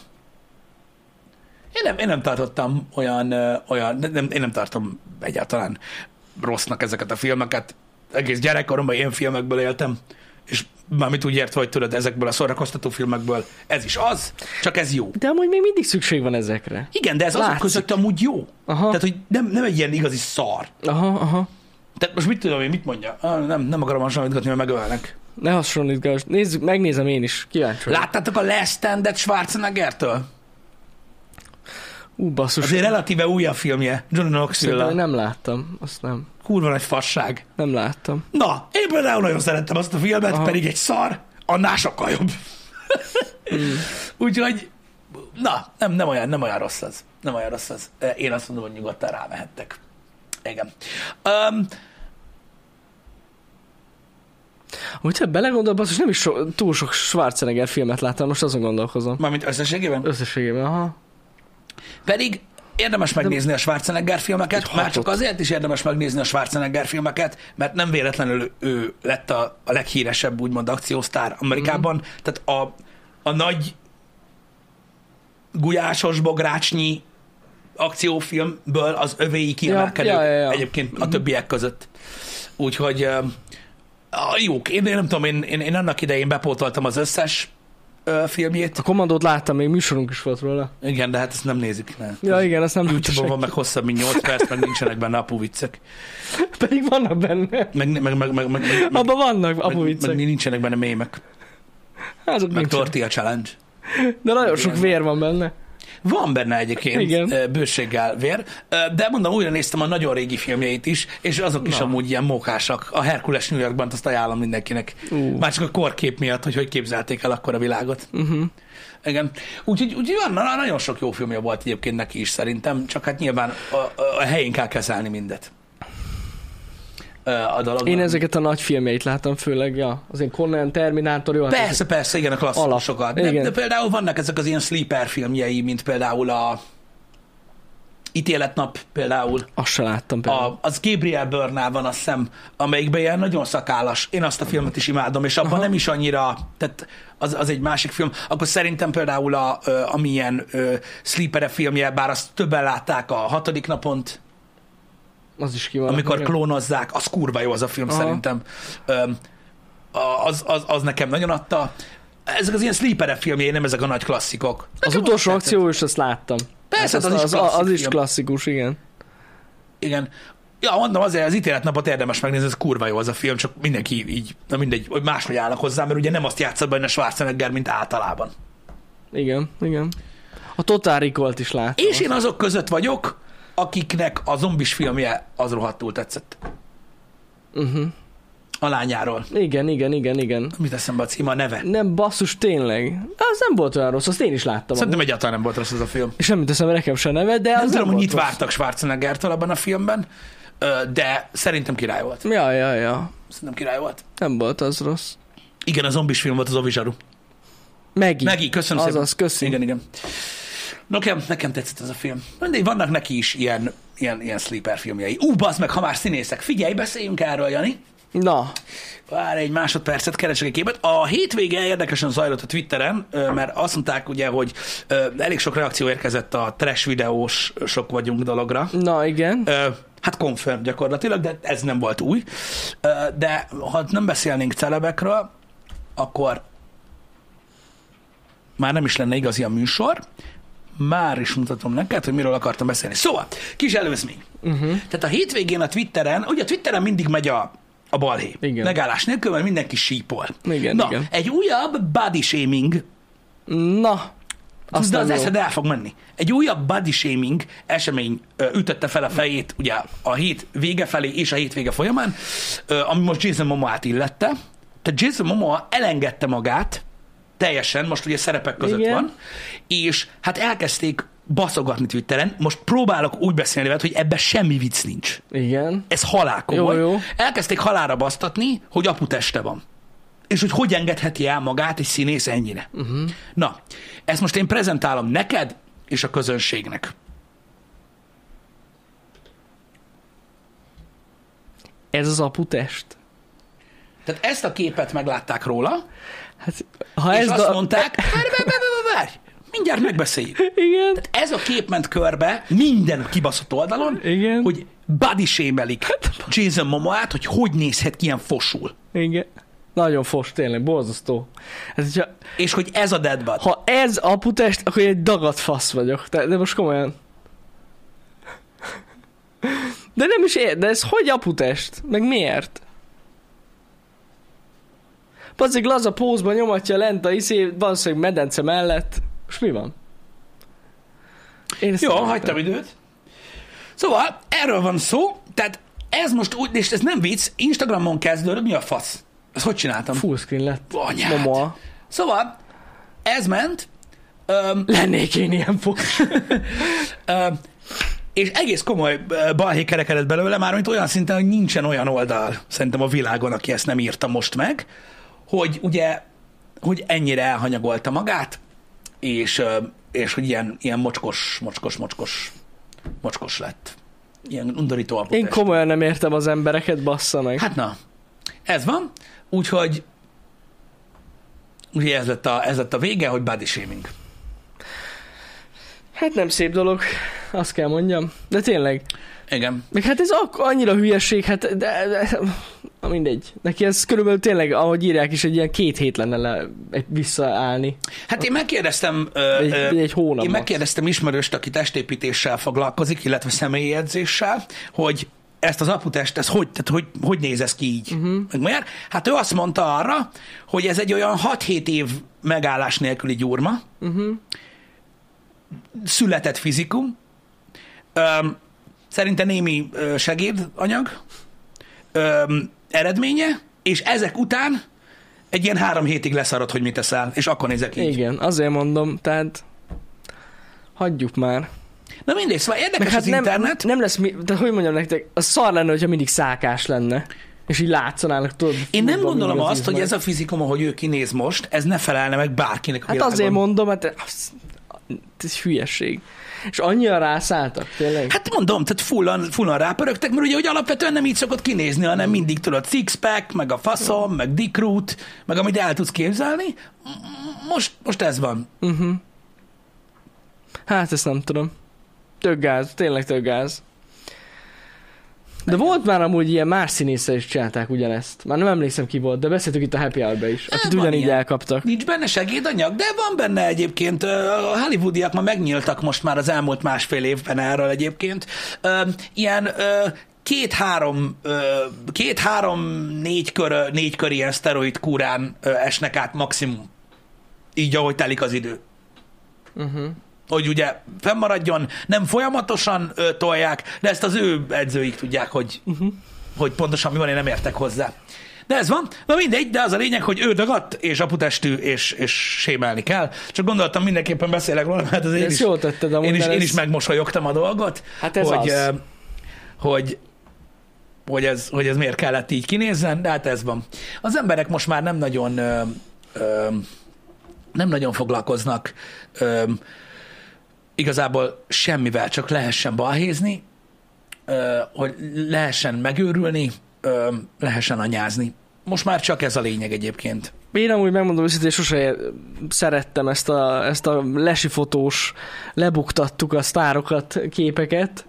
Speaker 1: Én nem, én nem tartottam olyan, ö, olyan nem- nem, én nem tartom egyáltalán rossznak ezeket a filmeket. Egész gyerekkoromban ilyen filmekből éltem, és mármint úgy értve, hogy tudod, ezekből a szórakoztató filmekből ez is az, csak ez jó.
Speaker 2: De amúgy még mindig szükség van ezekre.
Speaker 1: Igen, de ez azok
Speaker 2: Látszik.
Speaker 1: között amúgy jó.
Speaker 2: Aha.
Speaker 1: Tehát, hogy nem, nem egy ilyen igazi szar.
Speaker 2: Aha, aha.
Speaker 1: Tehát most mit tudom én, mit mondja? Ah, Nem, nem akarom hasonlítgatni, mert megölnek.
Speaker 2: Ne hasonlítgass. Nézzük, megnézem én is. Kíváncsi vagyok.
Speaker 1: Láttátok a Last Standard Schwarzeneggertől?
Speaker 2: Ú, basszus.
Speaker 1: Azért relatíve újabb filmje, Johnny
Speaker 2: Szerintem
Speaker 1: knoxville
Speaker 2: nem láttam. Azt nem.
Speaker 1: Kurva nagy fasság.
Speaker 2: Nem láttam.
Speaker 1: Na, én például nagyon szerettem azt a filmet,
Speaker 2: Aha.
Speaker 1: pedig egy szar, annál sokkal jobb. Úgyhogy, na, nem, nem, olyan, nem olyan rossz az. Nem olyan rossz az. Én azt mondom, hogy nyugodtan rámehettek. Igen. Um,
Speaker 2: Amúgy ha belegondol, hát basszus, nem is so, túl sok Schwarzenegger filmet láttam, most azon gondolkozom.
Speaker 1: mármint összességében.
Speaker 2: Összességében, aha.
Speaker 1: Pedig érdemes megnézni a Schwarzenegger
Speaker 2: Egy
Speaker 1: filmeket, már
Speaker 2: hatot.
Speaker 1: csak azért is érdemes megnézni a Schwarzenegger filmeket, mert nem véletlenül ő lett a, a leghíresebb, úgymond akciósztár Amerikában.
Speaker 2: Mhm.
Speaker 1: Mm-hmm. Tehát a, a nagy gulyásos bográcsnyi akciófilmből az övéi kiemelkedő
Speaker 2: ja, ja, Mhm. ja.
Speaker 1: egyébként a többiek között. Úgyhogy ö, a jók. Én, én nem tudom, én, én, én annak idején bepótoltam az összes ö, filmjét.
Speaker 2: A kommandót láttam, még műsorunk is volt róla.
Speaker 1: Igen, de hát ezt nem nézik. Ne.
Speaker 2: Ja, igen, azt nem látta
Speaker 1: YouTube-on
Speaker 2: senki.
Speaker 1: van meg hosszabb, mint 8 perc, meg nincsenek benne apu viccek.
Speaker 2: Pedig vannak benne.
Speaker 1: Meg, meg, meg, meg, meg, meg, meg, meg,
Speaker 2: Abban vannak apu
Speaker 1: meg
Speaker 2: viccek.
Speaker 1: nincsenek benne mémek. Meg
Speaker 2: Azok nincsenek.
Speaker 1: tortilla challenge.
Speaker 2: De nagyon sok vér van benne.
Speaker 1: Van benne egyébként
Speaker 2: Igen.
Speaker 1: Igen. bőséggel vér, ö, de mondom, újra néztem a nagyon régi filmjeit is, és azok is
Speaker 2: Na.
Speaker 1: amúgy ilyen mókásak. A Herkules New Yorkban azt ajánlom mindenkinek.
Speaker 2: Ú.
Speaker 1: Már csak a korkép miatt, hogy hogy képzelték el akkor a világot.
Speaker 2: Uh-huh.
Speaker 1: Igen. Úgyhogy úgy, van, na- nagyon sok jó filmje volt egyébként neki is szerintem, csak hát nyilván a, a, a helyén kell kezelni mindet. Ö, A dolognak.
Speaker 2: Én ezeket a nagy filmjeit láttam főleg, ja. Az én Conan, Terminátor, jó. hát ezek-
Speaker 1: Persze, persze, igen, a klasszikusokat.
Speaker 2: Alap.
Speaker 1: De,
Speaker 2: Igen.
Speaker 1: de például vannak ezek az ilyen sleeper filmjei, mint például a Ítéletnap például.
Speaker 2: Azt se láttam például.
Speaker 1: A, az Gabriel Börnál van, azt hiszem, amelyikben ilyen nagyon szakálas. Én azt a filmet is imádom, és abban
Speaker 2: Aha.
Speaker 1: nem is annyira, tehát az, az egy másik film. Akkor szerintem például a, ö, amilyen ö, sleepere filmje, bár azt többen látták a hatodik napont,
Speaker 2: Az is ki van.
Speaker 1: amikor
Speaker 2: Igen.
Speaker 1: klónozzák, az kurva jó az a film
Speaker 2: Aha.
Speaker 1: Aha. szerintem. Öm, a- Az, az, az nekem nagyon adta. Ezek az ilyen sleeper filmjei, nem ezek a nagy klasszikok.
Speaker 2: Az
Speaker 1: Nekem
Speaker 2: utolsó
Speaker 1: tetszett.
Speaker 2: akció is, azt láttam.
Speaker 1: Persze,
Speaker 2: Hát
Speaker 1: az, az, is
Speaker 2: az, az, az is
Speaker 1: klasszik film.
Speaker 2: klasszikus, igen.
Speaker 1: Igen. Ja, mondom, azért az ítéletnapot érdemes megnézni, ez kurva jó az a film, csak mindenki így, na mindegy, hogy máshogy állnak hozzá, mert ugye nem azt játszott benne Schwarzenegger, mint általában.
Speaker 2: Igen, igen. A Total Recall-t is láttam.
Speaker 1: És én azok között vagyok, akiknek a zombis filmje az rohadtul tetszett. Mhm.
Speaker 2: Uh-huh.
Speaker 1: A lányáról.
Speaker 2: Igen, igen, igen, igen.
Speaker 1: Mit eszembe a címe? A neve.
Speaker 2: Nem, basszus, tényleg. Az nem volt olyan rossz, azt én is láttam.
Speaker 1: Szerintem egyáltalán nem volt rossz az a film.
Speaker 2: És nem jut eszembe nekem se a neve, de
Speaker 1: Nem
Speaker 2: az
Speaker 1: tudom,
Speaker 2: nem
Speaker 1: hogy mit
Speaker 2: volt rossz.
Speaker 1: vártak Schwarzeneggertől abban a filmben, ö, de szerintem király volt.
Speaker 2: Ja, ja, ja.
Speaker 1: Szerintem király volt.
Speaker 2: Nem volt az rossz.
Speaker 1: Igen, a zombis film volt az Ovizsaru.
Speaker 2: Megi.
Speaker 1: Megi, köszönöm szépen.
Speaker 2: Azaz, köszi.
Speaker 1: Igen, igen. Nekem, nekem tetszett ez a film. Mindegy, vannak neki is ilyen, ilyen, ilyen sleeper filmjei. Ú, bazd meg, ha már színészek. Figyelj, beszéljünk erről, Jani.
Speaker 2: Na,
Speaker 1: Várj egy másodpercet, keresek egy képet. A hétvége érdekesen zajlott a Twitteren, ö, mert azt mondták ugye, hogy ö, elég sok reakció érkezett a trash videós sok vagyunk dologra.
Speaker 2: na igen.
Speaker 1: Ö, hát confirm gyakorlatilag, de ez nem volt új. Ö, de ha nem beszélnénk celebekről, akkor már nem is lenne igazi a műsor, már is mutatom neked, hogy miről akartam beszélni. Szóval, kis előzmény.
Speaker 2: Mhm.
Speaker 1: Uh-huh. Tehát a hétvégén a Twitteren, ugye a Twitteren mindig megy a, a balhé.
Speaker 2: Igen.
Speaker 1: Megállás nélkül, mert mindenki sípol.
Speaker 2: Igen,
Speaker 1: Na,
Speaker 2: igen.
Speaker 1: egy újabb body shaming
Speaker 2: Na,
Speaker 1: azt de
Speaker 2: nem
Speaker 1: az
Speaker 2: jó.
Speaker 1: eszed el fog menni. Egy újabb body shaming esemény ö, ütötte fel a fejét ugye a hét vége felé és a hétvége folyamán, ö, ami most Jason Momoát illette. Tehát Jason Momoa elengedte magát teljesen, most ugye szerepek között
Speaker 2: Igen.
Speaker 1: van, és hát elkezdték baszogatni Twitteren. Most próbálok úgy beszélni veled, hogy ebben semmi vicc nincs.
Speaker 2: Igen.
Speaker 1: Ez halálkomoly.
Speaker 2: Jó, jó.
Speaker 1: Elkezdték halára basztatni, hogy apu teste van. És hogy hogy engedheti el magát egy színész ennyire.
Speaker 2: Mhm.
Speaker 1: Uh-huh. Na, ezt most én prezentálom neked és a közönségnek.
Speaker 2: Ez az aputest.
Speaker 1: Tehát ezt a képet meglátták róla,
Speaker 2: Hát, ha
Speaker 1: és
Speaker 2: ez
Speaker 1: azt
Speaker 2: da-
Speaker 1: mondták, várj, várj, várj, várj, várj, mindjárt megbeszéljük.
Speaker 2: Igen.
Speaker 1: Ez a kép ment körbe minden kibaszott oldalon,
Speaker 2: Igen. Hát,
Speaker 1: hogy body shamelik Jason Momoát, hogy hogy nézhet ki ilyen fosul.
Speaker 2: Igen. Nagyon fos, tényleg, borzasztó. Hát, hogyha,
Speaker 1: És hogy ez a dead body.
Speaker 2: ha ez aputest, akkor én egy dagat fasz vagyok. De, de most komolyan. De nem is ér, de ez hogy aputest? Meg miért? Pazzik laza pózban nyomatja lent a izé, valószínűleg medence mellett. És mi van? Én ezt
Speaker 1: Jó,
Speaker 2: nem értem.
Speaker 1: hagytam időt. Szóval erről van szó, tehát ez most úgy, és ez nem vicc, Instagramon kezdődött, mi a fasz? Ezt hogy csináltam? Fú,
Speaker 2: Full screen lett.
Speaker 1: anyád.
Speaker 2: Momoa.
Speaker 1: Szóval ez ment, öm,
Speaker 2: Lennék én ilyen fos.
Speaker 1: öm, és egész komoly ö, balhé kerekedett belőle, már mint olyan szinten, hogy nincsen olyan oldal szerintem a világon, aki ezt nem írta most meg, hogy ugye, hogy ennyire elhanyagolta magát, és, ö, és hogy ilyen, ilyen mocskos, mocskos, mocskos, mocskos lett. Ilyen undorító
Speaker 2: Én
Speaker 1: alkotás.
Speaker 2: komolyan nem értem az embereket, bassza meg.
Speaker 1: Hát na, ez van, úgyhogy ugye ez lett a, ez lett a vége, hogy body shaming.
Speaker 2: Hát nem szép dolog, azt kell mondjam. De tényleg.
Speaker 1: Igen.
Speaker 2: Meg hát ez ak- annyira hülyeség, hát de, de, na mindegy. Neki ez körülbelül tényleg, ahogy írják is, egy ilyen két hét lenne le, egy visszaállni.
Speaker 1: Hát én megkérdeztem, ö,
Speaker 2: Egy-
Speaker 1: ö,
Speaker 2: egy hónap
Speaker 1: én
Speaker 2: max.
Speaker 1: megkérdeztem ismerőst, aki testépítéssel foglalkozik, illetve személyi edzéssel, hogy ezt az aputest, ez hogy, tehát hogy, hogy néz ez ki így?
Speaker 2: Mhm.
Speaker 1: Uh-huh. Miért? Hát ő azt mondta arra, hogy ez egy olyan 6-7 év megállás nélküli gyurma,
Speaker 2: Uh-huh.
Speaker 1: született fizikum, öm, szerinte némi ö, segédanyag, öm, eredménye, és ezek után egy ilyen három hétig leszarod, hogy mit teszel, és akkor nézek így. Igen.
Speaker 2: Igen, azért mondom, tehát hagyjuk már.
Speaker 1: Na mindegy, szóval érdekes
Speaker 2: Meg
Speaker 1: hát
Speaker 2: hát
Speaker 1: az
Speaker 2: nem,
Speaker 1: internet.
Speaker 2: nem lesz, mi, tehát hogy mondjam nektek, az szar lenne, hogyha mindig szákás lenne. És így látszanának, tudod.
Speaker 1: Én nem
Speaker 2: futball
Speaker 1: gondolom
Speaker 2: mindig az
Speaker 1: azt, hogy
Speaker 2: izmai.
Speaker 1: ez a fizikum, ahogy ő kinéz most, ez ne felelne meg bárkinek a
Speaker 2: Hát
Speaker 1: világon.
Speaker 2: azért mondom, hát az, ez hülyeség. És annyira rászálltak, tényleg.
Speaker 1: Hát mondom, tehát fullan, fullan rápörögtek, mert ugye hogy alapvetően nem így szokott kinézni,
Speaker 2: Mm.
Speaker 1: hanem mindig tudod six-pack, meg a faszom, meg dick root, meg amit el tudsz képzelni. Most, most ez van.
Speaker 2: Uh-huh. Hát ezt nem tudom. Tök gáz, tényleg tök gáz. De volt már amúgy ilyen más színésze is csinálták ugyanezt. Már nem emlékszem ki volt, de beszéltük itt a Happy hour is, akit
Speaker 1: van
Speaker 2: ugyanígy
Speaker 1: ilyen.
Speaker 2: elkaptak.
Speaker 1: Nincs benne segédanyag, de van benne egyébként. ö, A hollywoodiak ma megnyíltak most már az elmúlt másfél évben erről egyébként. Ö, Ilyen ö, két-három, ö, két-három, négy kör, négy kör ilyen szteroid kúrán ö, esnek át maximum. Így, ahogy telik az idő.
Speaker 2: Uh-huh.
Speaker 1: Hogy ugye fennmaradjon, nem folyamatosan ö, tolják, de ezt az ő edzőik tudják, hogy,
Speaker 2: Mhm.
Speaker 1: uh-huh. hogy pontosan mi van, én nem értek hozzá. De ez van. Na mindegy, de az a lényeg, hogy ő dagadt, és aputestű, és, és sémálni kell. Csak gondoltam, mindenképpen beszélek róla, mert az én
Speaker 2: Ezt
Speaker 1: is,
Speaker 2: jól tetted amúgy,
Speaker 1: én is,
Speaker 2: mert
Speaker 1: én
Speaker 2: ez-
Speaker 1: is megmosolyogtam a dolgot.
Speaker 2: Hát ez
Speaker 1: hogy,
Speaker 2: az.
Speaker 1: ö, hogy, hogy, ez, hogy ez miért kellett így kinézzen, de hát ez van. Az emberek most már nem nagyon ö, ö, nem nagyon foglalkoznak ö, igazából semmivel, csak lehessen balhézni, ö, hogy lehessen megőrülni, ö, lehessen anyázni. Most már csak ez a lényeg egyébként.
Speaker 2: Én amúgy megmondom őszintén, sose ér- szerettem ezt a, ezt a lesifotós, lebuktattuk a sztárokat képeket.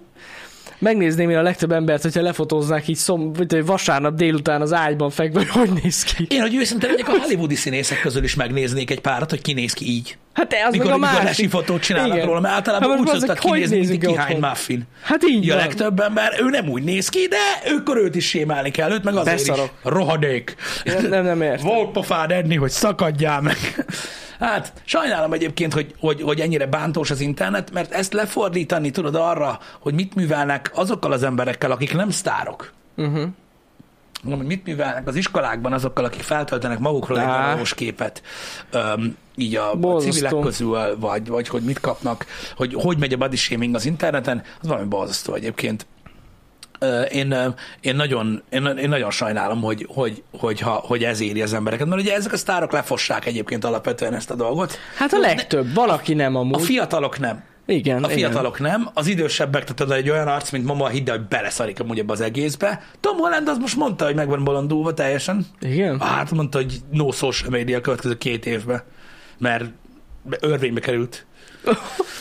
Speaker 2: Megnézném én a legtöbb embert, hogyha lefotóznák így szom, vagy egy vasárnap délután az ágyban fekve, hogy hogy néz ki.
Speaker 1: Én, hogy őszinte legyek, a hollywoodi színészek közül is megnéznék egy párat, hogy kinéz ki így.
Speaker 2: Hát te, az
Speaker 1: Mikor,
Speaker 2: meg a
Speaker 1: mikor
Speaker 2: másik.
Speaker 1: lesi fotót csinálnak
Speaker 2: Igen.
Speaker 1: róla, mert általában
Speaker 2: Hát
Speaker 1: úgy
Speaker 2: most
Speaker 1: szoktak
Speaker 2: bazzeg, hogy
Speaker 1: kinézni, mint egy
Speaker 2: nézünk
Speaker 1: kihány
Speaker 2: otthon?
Speaker 1: muffin.
Speaker 2: Hát így
Speaker 1: Ja, a
Speaker 2: van.
Speaker 1: legtöbb ember, ő nem úgy néz ki, de őkkor őt is sémálni kell, őt meg azért
Speaker 2: Beszarok.
Speaker 1: is. Rohadék.
Speaker 2: Nem, nem, nem értem.
Speaker 1: Volt pofád enni, hogy szakadjál meg. Hát, sajnálom egyébként, hogy, hogy, hogy ennyire bántós az internet, mert ezt lefordítani tudod arra, hogy mit művelnek azokkal az emberekkel, akik nem sztárok.
Speaker 2: Uh-huh.
Speaker 1: Mondom, hogy mit művelnek az iskolákban azokkal, akik feltöltenek magukról egy
Speaker 2: Á.
Speaker 1: valós képet, öm, így a, a
Speaker 2: Borzasztó.
Speaker 1: civilek közül, eh, vagy, vagy hogy mit kapnak, hogy hogy megy a body shaming az interneten, az valami borzasztó egyébként. Ö, Én, ö, én, nagyon, én, én nagyon sajnálom, hogy, hogy, hogy, ha, hogy ez éri az embereket, mert ugye ezek a sztárok lefossák egyébként alapvetően ezt a dolgot.
Speaker 2: Hát a legtöbb, valaki nem
Speaker 1: A
Speaker 2: amúgy.
Speaker 1: fiatalok nem.
Speaker 2: igen,
Speaker 1: A fiatalok nem, az idősebbek, tehát tudod, egy olyan arc, mint Mama Hidd, el, hogy beleszarik amúgy ebbe az egészbe. Tom Holland az most mondta, hogy meg van bolondulva teljesen.
Speaker 2: igen. Igen?
Speaker 1: Hát mondta, hogy no social media a következő két évben, mert örvénybe került.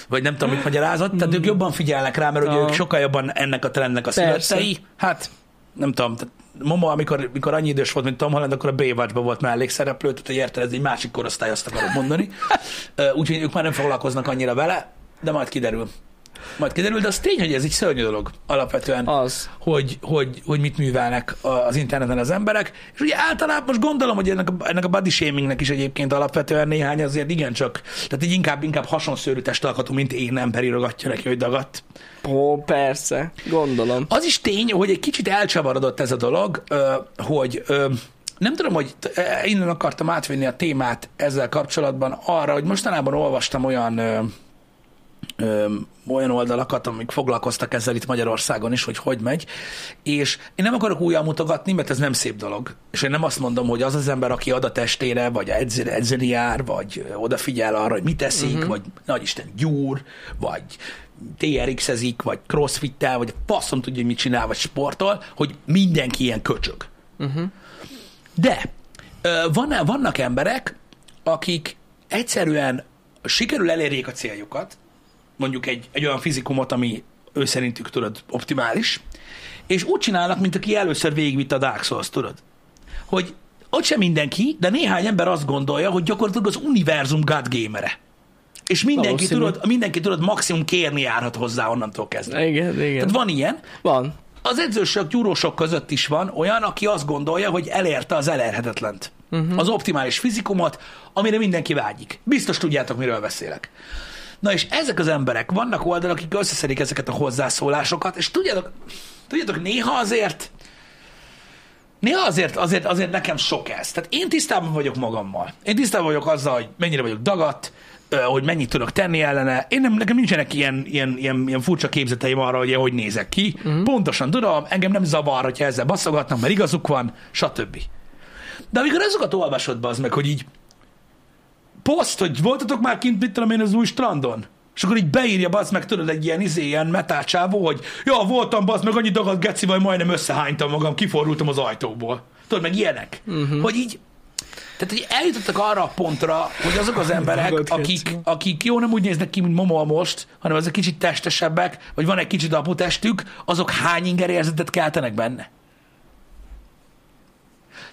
Speaker 1: Vagy nem tudom, mit magyarázott. Tehát ők jobban figyelnek rá, mert ugye
Speaker 2: Aha.
Speaker 1: ők sokkal jobban ennek a trendnek a
Speaker 2: Persze.
Speaker 1: szülöttei. Hát nem tudom, tehát Momo, amikor, amikor annyi idős volt, mint Tom Holland, akkor a Baywatch-ban volt mellékszereplő, tehát hogy érted, ez egy másik korosztály, azt akarok mondani. Ö, Úgyhogy ők már nem foglalkoznak annyira vele, de majd kiderül. Majd kiderül, de az tény, hogy ez egy szörnyű dolog alapvetően
Speaker 2: Az.
Speaker 1: hogy, hogy, hogy mit művelnek a- az interneten az emberek, és ugye általában most gondolom, hogy ennek a, ennek a body shamingnek is egyébként alapvetően néhány azért igencsak, tehát így inkább, inkább hasonszörű testalkatú, mint én ember írogatja neki, hogy dagadt.
Speaker 2: Ó, persze, gondolom.
Speaker 1: Az is tény, hogy egy kicsit elcsavarodott ez a dolog, ö, hogy ö, nem tudom, hogy t- e, innen akartam átvinni a témát ezzel kapcsolatban arra, hogy mostanában olvastam olyan ö, ö, olyan oldalakat, amik foglalkoztak ezzel itt Magyarországon is, hogy hogy megy, és én nem akarok újra mutogatni, mert ez nem szép dolog. És én nem azt mondom, hogy az az ember, aki ad a testére, vagy edzeni, edzeni jár, vagy ö, odafigyel arra, hogy mit eszik, uh-huh. vagy nagy Isten gyúr, vagy TRX-ezik, vagy crossfit-tel, vagy passzom tudja, hogy mit csinál, vagy sportol, hogy mindenki ilyen köcsög. De ö, van, vannak emberek, akik egyszerűen sikerül elérjék a céljukat, mondjuk egy, egy olyan fizikumot, ami ő szerintük, tudod, optimális, és úgy csinálnak, mint aki először végigvitte a Dark Souls, tudod. Hogy ott sem mindenki, de néhány ember azt gondolja, hogy gyakorlatilag az univerzum God gamere. És mindenki
Speaker 2: Valószínű.
Speaker 1: tudod, mindenki tudod maximum kérni járhat hozzá onnantól kezdve.
Speaker 2: Igen, igen.
Speaker 1: Tehát van ilyen,
Speaker 2: Van.
Speaker 1: az edzősök, gyúrósok között is van olyan, aki azt gondolja, hogy elérte az elérhetetlent. Uh-huh. Az optimális fizikumot, amire mindenki vágyik. Biztos tudjátok, miről beszélek. Na és ezek az emberek, vannak oldalak, akik összeszedik ezeket a hozzászólásokat, és tudjátok, tudjátok néha azért, néha azért, azért, azért nekem sok ez. Tehát én tisztában vagyok magammal. Én tisztában vagyok azzal, hogy mennyire vagyok dagadt, ö, hogy mennyit tudok tenni ellene. Én nem, nekem nincsenek ilyen, ilyen, ilyen, ilyen furcsa képzeteim arra, hogy én hogy nézek ki. Mm. Pontosan tudom, engem nem zavar, hogyha ezzel baszogatnak, mert igazuk van, stb. De amikor azokat olvasod be, az meg, hogy így poszt, hogy voltatok már kint, mit tudom én, az új strandon? És akkor így beírja, bazd meg, tudod, egy ilyen izé, ilyen metálcsávó, hogy ja, voltam, bazd meg, annyi dagadt geci, vagy majdnem összehánytam magam, kiforultam az ajtóból. Tudod, meg ilyenek.
Speaker 2: Mhm.
Speaker 1: Uh-huh. Hogy így, tehát, hogy eljutottak arra a pontra, hogy azok az
Speaker 2: Dagadt
Speaker 1: emberek,
Speaker 2: geci.
Speaker 1: akik, akik jó nem úgy néznek ki, mint Momo most, hanem azok kicsit testesebbek, vagy van egy kicsit aputestük, azok hány ingerérzetet keltenek benne.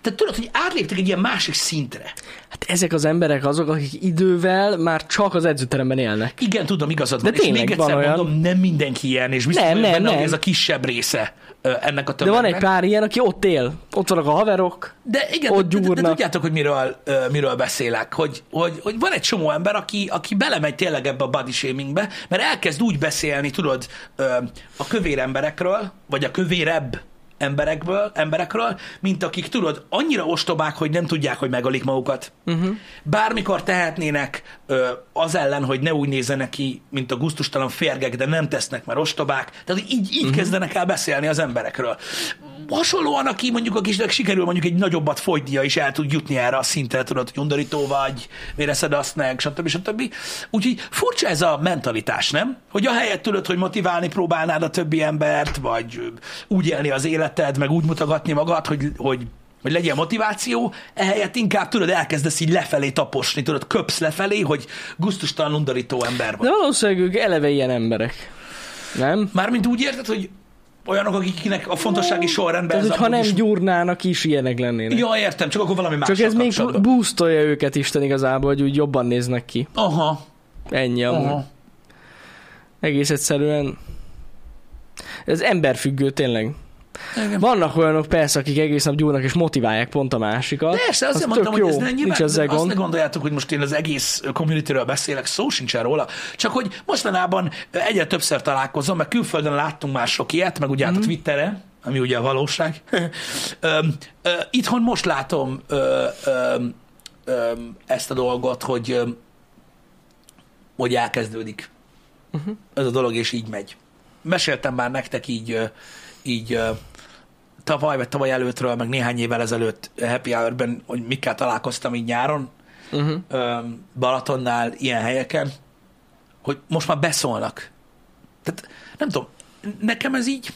Speaker 1: Tehát tudod, hogy átléptek egy ilyen másik szintre.
Speaker 2: Hát ezek az emberek azok, akik idővel már csak az edzőteremben élnek.
Speaker 1: Igen, tudom, igazad van.
Speaker 2: De
Speaker 1: és még
Speaker 2: tényleg
Speaker 1: egyszer
Speaker 2: van olyan.
Speaker 1: mondom, nem mindenki ilyen, és biztos
Speaker 2: Nem,
Speaker 1: nem, nem,
Speaker 2: nem,
Speaker 1: benne, hogy
Speaker 2: nem.
Speaker 1: ez a kisebb része ö, ennek a
Speaker 2: De
Speaker 1: tömegnek.
Speaker 2: van egy pár ilyen, aki ott él. Ott vannak a haverok.
Speaker 1: De igen,
Speaker 2: ott
Speaker 1: de, de, de,
Speaker 2: gyúrnak.
Speaker 1: tudjátok, hogy miről, ö, miről beszélek, hogy, hogy, hogy van egy csomó ember, aki, aki belemegy tényleg ebbe a body shamingbe, mert elkezd úgy beszélni, tudod, ö, a kövér emberekről, vagy a kövérebb emberekből, emberekről, mint akik, tudod, annyira ostobák, hogy nem tudják, hogy megölik magukat.
Speaker 2: Mhm.
Speaker 1: Uh-huh. Bármikor tehetnének ö, az ellen, hogy ne úgy nézzenek ki, mint a guztustalan férgek, de nem tesznek, mert ostobák. Tehát így, így
Speaker 2: Mhm.
Speaker 1: uh-huh. kezdenek el beszélni az emberekről hasonlóan, aki mondjuk, akinek sikerül mondjuk egy nagyobbat fogynia, és el tud jutni erre a szintre, tudod, hogy undorító vagy, véreszed azt meg, stb. stb. Úgyhogy furcsa ez a mentalitás, nem? Hogy ahelyett tudod, hogy motiválni próbálnád a többi embert, vagy ö, úgy élni az életed, meg úgy mutogatni magad, hogy, hogy hogy legyen motiváció, ehelyett inkább tudod, elkezdesz így lefelé taposni, tudod, köpsz lefelé, hogy guztustalan undorító ember vagy.
Speaker 2: De valószínűleg ők eleve ilyen emberek. Nem?
Speaker 1: Mármint úgy érted, hogy olyanok, akiknek a fontossági sorrendben
Speaker 2: Tehát,
Speaker 1: ez
Speaker 2: hogy
Speaker 1: amúgy
Speaker 2: ha nem
Speaker 1: is-
Speaker 2: gyúrnának is, ilyenek lennének.
Speaker 1: Ja, értem, csak akkor valami más.
Speaker 2: Csak ez még boostolja őket Isten igazából, hogy úgy jobban néznek ki.
Speaker 1: Aha,
Speaker 2: Ennyi amúgy.
Speaker 1: aha.
Speaker 2: Egész egyszerűen ez emberfüggő tényleg.
Speaker 1: Igen.
Speaker 2: Vannak olyanok persze, akik egész nap gyúrnak és motiválják pont a másikat.
Speaker 1: Persze,
Speaker 2: Az
Speaker 1: azért
Speaker 2: tök
Speaker 1: mondtam, hogy ez nem nyilván,
Speaker 2: Nincs ezzel
Speaker 1: azt ne
Speaker 2: gond.
Speaker 1: gondoljátok, hogy most én az egész communityről beszélek, szó sincsen róla, csak hogy mostanában egyre többször találkozom, meg külföldön láttunk már sok ilyet, meg ugye mm. a
Speaker 2: Mhm.
Speaker 1: Twitteren, ami ugye a valóság. Öm, ö, Itthon most látom ö, öm, öm, ezt a dolgot, hogy, öm, hogy elkezdődik
Speaker 2: Mhm.
Speaker 1: ez a dolog, és így megy. Meséltem már nektek így, ö, így ö, tavaly, vagy tavaly előttről, meg néhány évvel ezelőtt Happy Hour-ben, hogy mikkel találkoztam így nyáron,
Speaker 2: Uh-huh.
Speaker 1: ö, Balatonnál, ilyen helyeken, hogy most már beszólnak. Tehát nem tudom, nekem ez így,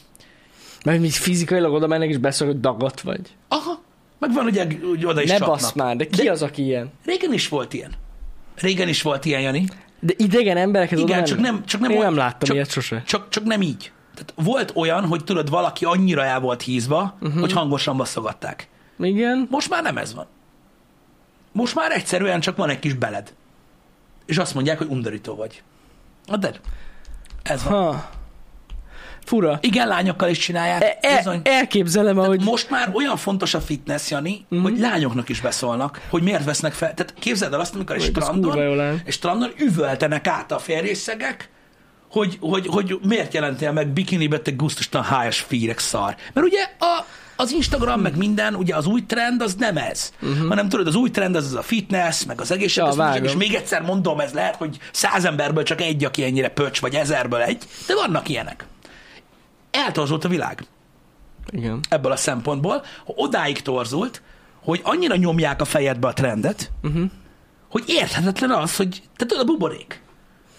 Speaker 2: Mert mi fizikailag oda mennek és beszélnek, hogy dagat vagy.
Speaker 1: aha, meg van ugye úgy oda is
Speaker 2: ne
Speaker 1: csapnak.
Speaker 2: basz már, de ki
Speaker 1: De-
Speaker 2: de... az, aki ilyen?
Speaker 1: Régen is volt ilyen. Régen is volt ilyen, Jani.
Speaker 2: De idegen emberekhez
Speaker 1: Igen,
Speaker 2: oda
Speaker 1: csak
Speaker 2: mennek?
Speaker 1: nem, csak nem,
Speaker 2: Én
Speaker 1: olyan-
Speaker 2: nem láttam
Speaker 1: csak,
Speaker 2: ilyet sose.
Speaker 1: Csak, csak nem így. Tehát volt olyan, hogy tudod, valaki annyira el volt hízva,
Speaker 2: Mhm.
Speaker 1: uh-huh. hogy hangosan basszogatták.
Speaker 2: Igen.
Speaker 1: Most már nem ez van. Most már egyszerűen csak van egy kis beled. És azt mondják, hogy undorító vagy. Na de, ez van.
Speaker 2: Ha. Fura.
Speaker 1: Igen, lányokkal is csinálják.
Speaker 2: E- e-
Speaker 1: bizony.
Speaker 2: elképzelem, ahogy...
Speaker 1: Most már olyan fontos a fitness, Jani,
Speaker 2: Mhm.
Speaker 1: mm-hmm. hogy lányoknak is beszólnak, hogy miért vesznek fel. Tehát képzeld el azt, amikor egy
Speaker 2: Vagy ez kurva jól áll.
Speaker 1: strandon, és strandon üvöltenek át a férjészegek, hogy, hogy, hogy miért jelentél meg bikinibe, te gusztustalan hájas fírek szar. Mert ugye a, az Instagram, meg minden, ugye az új trend az nem ez, uh-huh. hanem tudod, az új trend az, az a fitness, meg az egészségtudás,
Speaker 2: Mhm. vágom.
Speaker 1: és még egyszer mondom, ez lehet, hogy száz emberből csak egy, aki ennyire pöcs, vagy ezerből egy, de vannak ilyenek. Eltorzult a világ
Speaker 2: Igen.
Speaker 1: ebből a szempontból, ha odáig torzult, hogy annyira nyomják a fejedbe a trendet, uh-huh. hogy érthetetlen az, hogy te tudod, a buborék.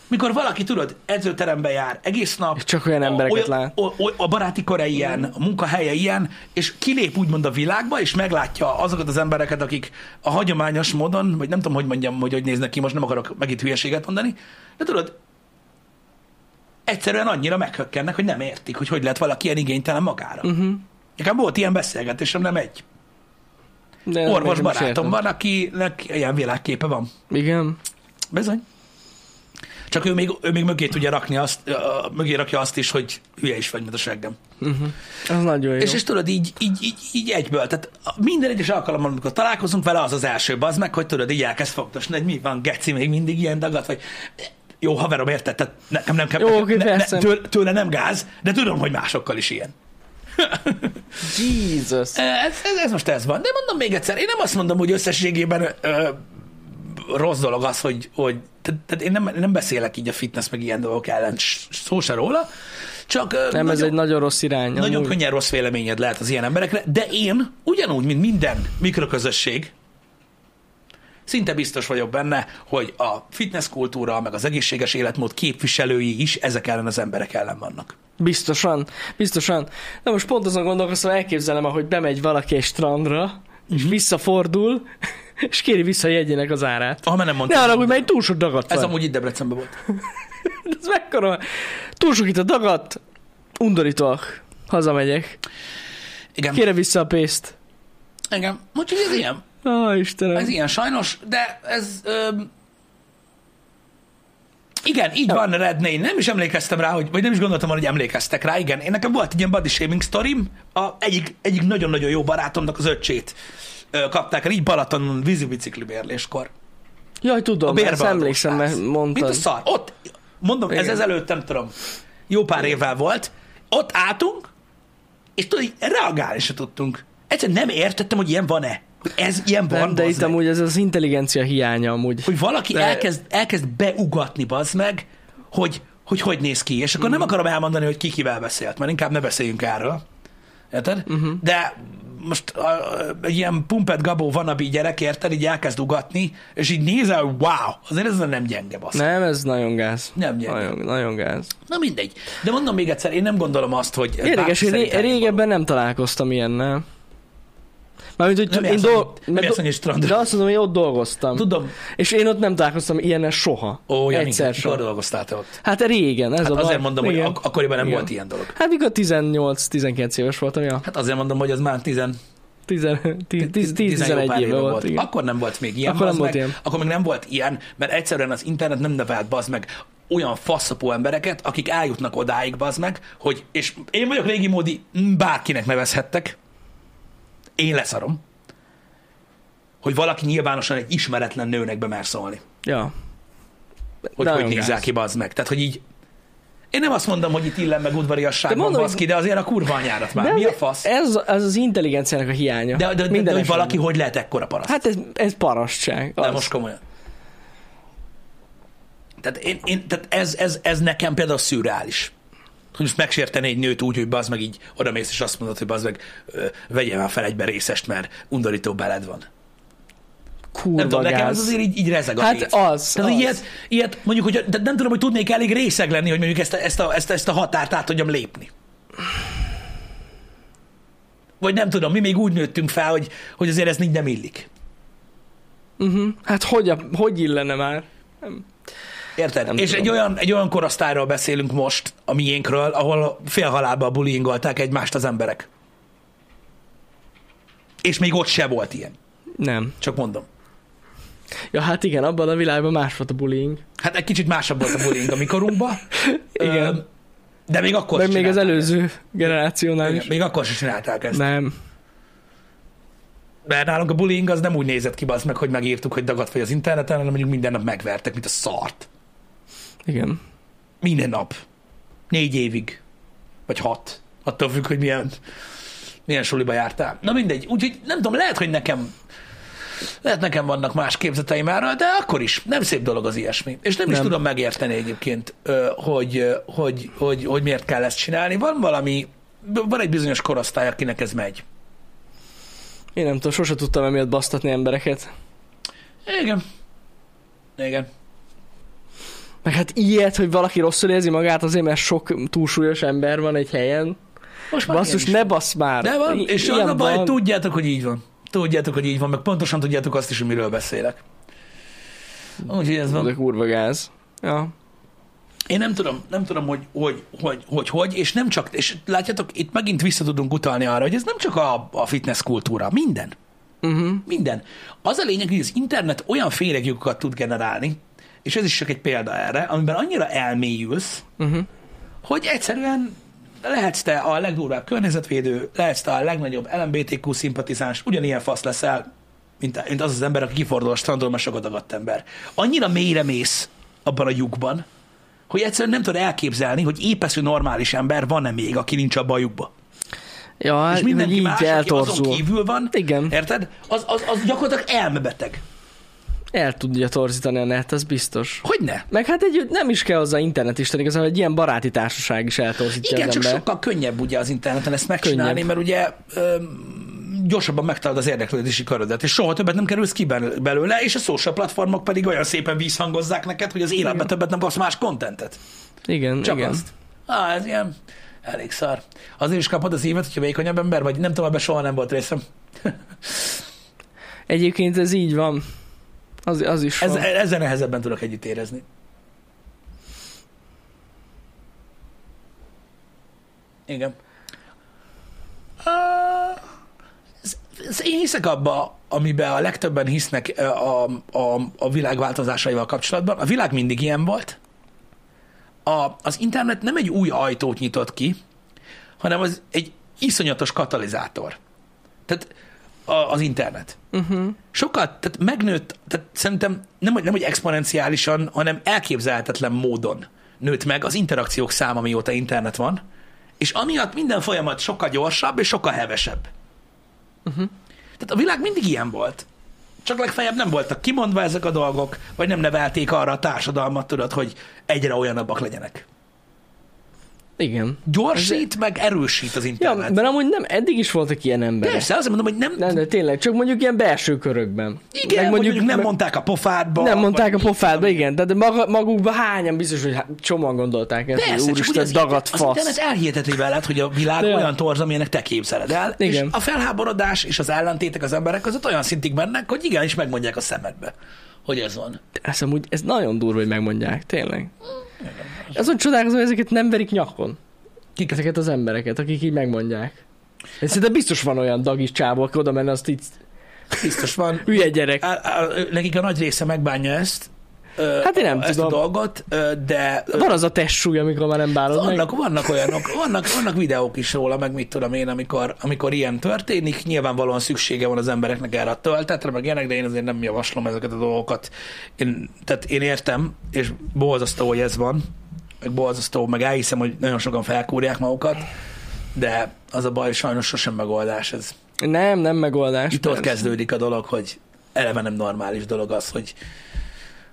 Speaker 1: Mikor valaki, tudod, edzőterembe jár egész nap,
Speaker 2: És csak olyan embereket
Speaker 1: a,
Speaker 2: lát.
Speaker 1: O, o, a baráti köre ilyen, a munkahelye ilyen, és kilép úgymond a világba, és meglátja azokat az embereket, akik a hagyományos módon, vagy nem tudom, hogy mondjam, hogy hogy néznek ki, most nem akarok megint hülyeséget mondani, de tudod, egyszerűen annyira meghökkennek, hogy nem értik, hogy hogy lehet valaki ilyen igénytelen magára.
Speaker 2: Mhm.
Speaker 1: Uh-huh. Nekem volt ilyen beszélgetésem, nem egy.
Speaker 2: De nem
Speaker 1: Orvos
Speaker 2: értem, is
Speaker 1: barátom
Speaker 2: értem.
Speaker 1: van, akinek ilyen világképe van.
Speaker 2: Igen.
Speaker 1: Bizony. Csak ő még, ő még mögé tudja rakni azt, ö, mögé rakja azt is, hogy hülye is vagy, mint a seggem.
Speaker 2: Az nagyon jó.
Speaker 1: És, és tudod, így, így, így, így egyből, tehát a- minden egyes alkalommal, amikor találkozunk vele, az az első az meg, hogy tudod, így elkezd fogtosni, hogy mi van, geci, még mindig ilyen dagat, vagy jó haverom, érted, tehát nekem nem kell,
Speaker 2: Jó,
Speaker 1: nekem-
Speaker 2: oké,
Speaker 1: ne, ne,
Speaker 2: persze.
Speaker 1: tőle, tőle nem gáz, de tudom, hogy másokkal is ilyen.
Speaker 2: Jesus.
Speaker 1: Ez, ez, ez most ez van. De mondom még egyszer, én nem azt mondom, hogy összességében ö, rossz dolog az, hogy, hogy tehát, tehát én nem, nem beszélek így a fitness meg ilyen dolgok ellen, s- szó se róla, csak ö,
Speaker 2: Nem, ez
Speaker 1: nagyon-
Speaker 2: egy nagyon rossz irány.
Speaker 1: Nagyon
Speaker 2: amúgy.
Speaker 1: könnyen rossz véleményed lehet az ilyen emberekre, de én ugyanúgy, mint minden mikroközösség, szinte biztos vagyok benne, hogy a fitness kultúra, meg az egészséges életmód képviselői is ezek ellen az emberek ellen vannak.
Speaker 2: Biztosan, biztosan. De most pont azon gondolkozom, elképzelem, ahogy bemegy valaki egy strandra, és
Speaker 1: Mhm.
Speaker 2: visszafordul, és kéri vissza a jegyének az árát.
Speaker 1: Ah, mert nem
Speaker 2: Ne
Speaker 1: mondtam.
Speaker 2: arra, hogy már túl sok dagat
Speaker 1: Ez
Speaker 2: van.
Speaker 1: amúgy itt Debrecenben volt.
Speaker 2: Ez mekkora? Túl sok itt a dagat, undorítóak. Hazamegyek.
Speaker 1: Igen.
Speaker 2: Kére vissza a pénzt.
Speaker 1: Igen. Úgyhogy ez ilyen.
Speaker 2: Ó, oh, Istenem.
Speaker 1: Ez ilyen sajnos, de ez... Öm... Igen, így van Redney. Nem is emlékeztem rá, hogy, vagy nem is gondoltam, arra, hogy emlékeztek rá. Igen, én nekem volt egy ilyen body shaming sztorim. A egyik, egyik nagyon-nagyon jó barátomnak az öcsét ö, kapták el, így Balatonon vízibicikli bérléskor.
Speaker 2: Jaj, tudom, ezt
Speaker 1: Bérbeadós
Speaker 2: emlékszem,
Speaker 1: ház.
Speaker 2: mert mondtad.
Speaker 1: Mint a szar. Ott, mondom, ez
Speaker 2: Igen.
Speaker 1: ezelőtt nem tudom, jó pár évvel volt, ott álltunk, és tudod, így reagálni se tudtunk. Egyszerűen nem értettem, hogy ilyen van-e. Hogy ez ilyen van,
Speaker 2: Nem, de
Speaker 1: bazd
Speaker 2: itt
Speaker 1: meg
Speaker 2: amúgy ez az intelligencia hiánya amúgy.
Speaker 1: hogy valaki
Speaker 2: De-
Speaker 1: elkezd, elkezd beugatni, bazd meg, hogy, hogy hogy néz ki, és akkor nem
Speaker 2: Mhm.
Speaker 1: akarom elmondani, hogy ki kivel beszélt, mert inkább ne beszéljünk erről. Érted?
Speaker 2: Mhm.
Speaker 1: Uh-huh. De most a, a, egy ilyen pumpet gabó vanabi gyerek, érted, így elkezd ugatni, és így nézel, wow, azért ez nem gyenge, basz.
Speaker 2: Nem, ez nagyon gáz.
Speaker 1: Nem gyenge.
Speaker 2: Nagyon, nagyon gáz.
Speaker 1: Na mindegy. De mondom még egyszer, én nem gondolom azt, hogy... bárki
Speaker 2: Érdekes, hogy
Speaker 1: szerint
Speaker 2: ré-
Speaker 1: elnyomó.
Speaker 2: régebben nem találkoztam ilyennel. Mármint, hogy
Speaker 1: Nem
Speaker 2: én
Speaker 1: jársz
Speaker 2: dol...
Speaker 1: annyit- nem
Speaker 2: mert
Speaker 1: jársz
Speaker 2: do-
Speaker 1: annyit strandra.
Speaker 2: De azt mondom, hogy ott dolgoztam.
Speaker 1: Tudom.
Speaker 2: És én ott nem találkoztam ilyennel soha.
Speaker 1: Ó, Jani,
Speaker 2: Egyszer
Speaker 1: mikor
Speaker 2: sem.
Speaker 1: dolgoztál te ott?
Speaker 2: Hát régen, ez
Speaker 1: Hát
Speaker 2: a baj.
Speaker 1: azért mondom, hogy
Speaker 2: Igen.
Speaker 1: ak- akkoriban nem
Speaker 2: Igen.
Speaker 1: volt ilyen dolog.
Speaker 2: Hát mikor 18-19 éves voltam, ja.
Speaker 1: Hát azért mondom, hogy az már 10 10
Speaker 2: 10-11 éve volt. igen.
Speaker 1: Akkor nem volt Ah. még ilyen,
Speaker 2: Akkor nem
Speaker 1: bazd
Speaker 2: volt
Speaker 1: meg,
Speaker 2: ilyen.
Speaker 1: Akkor még nem volt ilyen, mert egyszerűen az internet nem nevált bazd meg olyan faszapó embereket, akik eljutnak odáig bazd meg, hogy, és én vagyok régi módi, mm, bárkinek nevezhettek, én leszarom, hogy valaki nyilvánosan egy ismeretlen nőnek bemer szólni.
Speaker 2: Ja.
Speaker 1: Hogy
Speaker 2: De
Speaker 1: hogy
Speaker 2: nagyon
Speaker 1: nézel
Speaker 2: gáz.
Speaker 1: ki, bazd meg. Tehát, hogy így, én nem azt mondom, hogy itt illen meg udvariasság
Speaker 2: De
Speaker 1: van,
Speaker 2: mondom,
Speaker 1: baszki, de azért a kurva anyárat már.
Speaker 2: De
Speaker 1: Mi a
Speaker 2: ez-
Speaker 1: fasz?
Speaker 2: Ez, ez az intelligenciának a hiánya.
Speaker 1: De, de, de, de hogy
Speaker 2: esetben.
Speaker 1: valaki hogy lehet ekkora paraszt?
Speaker 2: Hát ez, ez parasztság.
Speaker 1: De
Speaker 2: az.
Speaker 1: most komolyan. Tehát, én, én, tehát ez, ez, ez nekem például szürreális. Hogy most megsérteni egy nőt úgy, hogy bazd meg így odamész, és azt mondod, hogy bazd meg, ö, vegyél már fel egybe részest, mert undorító beled van.
Speaker 2: Kurva
Speaker 1: Nem tudom,
Speaker 2: gáz.
Speaker 1: nekem ez azért így, így rezeg a
Speaker 2: Hát
Speaker 1: gét.
Speaker 2: az,
Speaker 1: Tehát
Speaker 2: az.
Speaker 1: Ilyet, ilyet, mondjuk, hogy de nem tudom, hogy tudnék elég részeg lenni, hogy mondjuk ezt a, ezt a, ezt, a, ezt a határt át tudjam lépni. Vagy nem tudom, mi még úgy nőttünk fel, hogy, hogy azért ez így nem illik.
Speaker 2: Uh-huh. Hát hogy, a, hogy illene már?
Speaker 1: Érted?
Speaker 2: Nem
Speaker 1: és
Speaker 2: tudom.
Speaker 1: egy olyan, egy olyan korosztályról beszélünk most, a miénkről, ahol félhalálba bullyingolták egymást az emberek. És még ott se volt ilyen.
Speaker 2: Nem.
Speaker 1: Csak mondom.
Speaker 2: Ja, hát igen, abban a világban más volt a bullying.
Speaker 1: Hát egy kicsit másabb volt a bullying a mikorunkban.
Speaker 2: Igen.
Speaker 1: Ö, De még akkor
Speaker 2: Meg
Speaker 1: se
Speaker 2: még az
Speaker 1: csinálták ezt.
Speaker 2: előző generációnál
Speaker 1: Igen,
Speaker 2: is.
Speaker 1: Még akkor se csinálták ezt.
Speaker 2: Nem.
Speaker 1: Mert nálunk a bullying az nem úgy nézett ki, bazd meg, hogy megírtuk, hogy dagadt vagy az interneten, hanem mondjuk minden nap megvertek, mint a szart.
Speaker 2: Igen.
Speaker 1: Minden nap. Négy évig. Vagy hat. Attól függ, hogy milyen, milyen suliba jártál. Na mindegy. Úgyhogy nem tudom, lehet, hogy nekem lehet nekem vannak más képzeteim erről, de akkor is nem szép dolog az ilyesmi. És nem, nem. is
Speaker 2: Nem.
Speaker 1: tudom megérteni egyébként, ö, hogy, ö, hogy, hogy, hogy miért kell ezt csinálni. Van valami, van egy bizonyos korosztály, akinek ez megy.
Speaker 2: Én nem tudom, sose tudtam emiatt basztatni embereket.
Speaker 1: Igen. Igen.
Speaker 2: Meg hát ilyet, hogy valaki rosszul érzi magát azért, mert sok túlsúlyos ember van egy helyen.
Speaker 1: Most már
Speaker 2: Basszus,
Speaker 1: ilyen
Speaker 2: ne basz már!
Speaker 1: is. De van,
Speaker 2: I-
Speaker 1: és
Speaker 2: ilyen
Speaker 1: az a baj,
Speaker 2: Hát van.
Speaker 1: tudjátok, hogy így van. Tudjátok, hogy így van, meg pontosan tudjátok azt is, hogy miről beszélek. Úgyhogy ez
Speaker 2: Ez a
Speaker 1: van.
Speaker 2: kurva gáz. Ja.
Speaker 1: Én nem tudom, nem tudom, hogy hogy, hogy, hogy, hogy, és nem csak, és látjátok, itt megint vissza tudunk utalni arra, hogy ez nem csak a, a fitness kultúra, minden.
Speaker 2: Uh-huh.
Speaker 1: Minden. Az a lényeg, hogy az internet olyan féregjukat tud generálni, és ez is csak egy példa erre, amiben annyira elmélyülsz,
Speaker 2: Uh-huh.
Speaker 1: hogy egyszerűen lehetsz te a legdurvább környezetvédő, lehetsz te a legnagyobb LMBTQ szimpatizáns, ugyanilyen fasz leszel, mint, mint az az ember, aki kifordul a strandról, mert sokat agadt ember. Annyira mélyre mész abban a lyukban, hogy egyszerűen nem tudod elképzelni, hogy épeszű normális ember van-e még, aki nincs abban a lyukban.
Speaker 2: Ja, hát
Speaker 1: És mindenki
Speaker 2: így
Speaker 1: más, aki azon
Speaker 2: eltorzul.
Speaker 1: kívül van,
Speaker 2: Igen.
Speaker 1: érted? Az, az, az gyakorlatilag elmebeteg.
Speaker 2: El tudja torzítani a net, az biztos.
Speaker 1: Hogy ne?
Speaker 2: Meg hát egy, nem is kell hozzá internet isten, igazán egy ilyen baráti társaság is eltorzítja
Speaker 1: Igen,
Speaker 2: az
Speaker 1: csak
Speaker 2: ember.
Speaker 1: sokkal könnyebb ugye az interneten ezt megcsinálni,
Speaker 2: Könnyebb.
Speaker 1: mert ugye öm, gyorsabban megtalálod az érdeklődési körödet, és soha többet nem kerülsz ki bel- belőle, és a social platformok pedig olyan szépen visszhangozzák neked, hogy az életben
Speaker 2: Igen.
Speaker 1: többet nem kapsz más kontentet.
Speaker 2: Igen,
Speaker 1: Csak
Speaker 2: igen.
Speaker 1: azt. Á, ez ilyen elég szar. Azért is kapod az évet, hogyha vékonyabb ember vagy, nem tudom, ebben soha nem volt részem.
Speaker 2: Egyébként ez így van. Az, az is
Speaker 1: Ez, e-
Speaker 2: van.
Speaker 1: ezzel nehezebben tudok együtt érezni. Igen. Ah, ez- ez- Én hiszek abba, amiben a legtöbben hisznek ö, a, a, a világ változásaival kapcsolatban. A világ mindig ilyen volt. A, az internet nem egy új ajtót nyitott ki, hanem az egy iszonyatos katalizátor. Tehát a, az internet.
Speaker 2: Uh-huh.
Speaker 1: Sokat, tehát megnőtt, tehát szerintem nem, hogy- nem hogy exponenciálisan, hanem elképzelhetetlen módon nőtt meg az interakciók száma, mióta internet van, és amiatt minden folyamat sokkal gyorsabb és sokkal hevesebb. Uh-huh. Tehát a világ mindig ilyen volt. Csak legfeljebb nem voltak kimondva ezek a dolgok, vagy nem nevelték arra a társadalmat, tudod, hogy egyre olyanabbak legyenek.
Speaker 2: Igen.
Speaker 1: Gyorsít, meg erősít az
Speaker 2: Ja,
Speaker 1: internet.
Speaker 2: mert amúgy nem, eddig is voltak ilyen emberek.
Speaker 1: Persze, azért mondom, hogy nem...
Speaker 2: Nem, de tényleg, csak mondjuk ilyen belső körökben.
Speaker 1: igen, mondjuk,
Speaker 2: Meg
Speaker 1: mondjuk nem
Speaker 2: meg-
Speaker 1: mondták a pofádba.
Speaker 2: Nem mondták a
Speaker 1: vagy-
Speaker 2: pofádba, igen, de de maga, magukba hányan biztos, hogy há- csomóan gondolták ezt,
Speaker 1: Persze,
Speaker 2: hogy
Speaker 1: csak ugye
Speaker 2: úristen, dagadt
Speaker 1: Az internet
Speaker 2: fasz.
Speaker 1: elhihetetővé lett, hogy a világ
Speaker 2: De.
Speaker 1: olyan torz, amilyenek te képzeled el.
Speaker 2: Igen.
Speaker 1: És a felháborodás és az ellentétek az emberek között olyan szintig mennek, hogy igenis megmondják a szemedbe, hogy ez van.
Speaker 2: Ez amúgy, ez nagyon durva, hogy megmondják, tényleg. Azon csodálkozom, hogy ezeket nem verik nyakon.
Speaker 1: Kik?
Speaker 2: Ezeket az embereket, akik így megmondják. Ez szerintem biztos van olyan dagis csávó, aki oda menne, azt így
Speaker 1: Biztos van.
Speaker 2: hülye gyerek.
Speaker 1: Á- á- Nekik a nagy része megbánja ezt, ö,
Speaker 2: Hát én nem
Speaker 1: ezt
Speaker 2: tudom.
Speaker 1: a dolgot, ö, de ö,
Speaker 2: Van az a tessúly, amikor már nem bálod meg.
Speaker 1: vannak, vannak olyanok, vannak, vannak videók is róla, meg mit tudom én, amikor, amikor ilyen történik, nyilvánvalóan szüksége van az embereknek erre a töltetre, meg ilyenek, de én azért nem javaslom ezeket a dolgokat. Én, tehát én értem, és borzasztó, hogy ez van, meg borzasztó, meg elhiszem, hogy nagyon sokan felkúrják magukat, de az a baj, sajnos sosem megoldás. Ez,
Speaker 2: Nem, nem megoldás.
Speaker 1: itt ott
Speaker 2: persze.
Speaker 1: kezdődik a dolog, hogy eleve nem normális dolog az, hogy,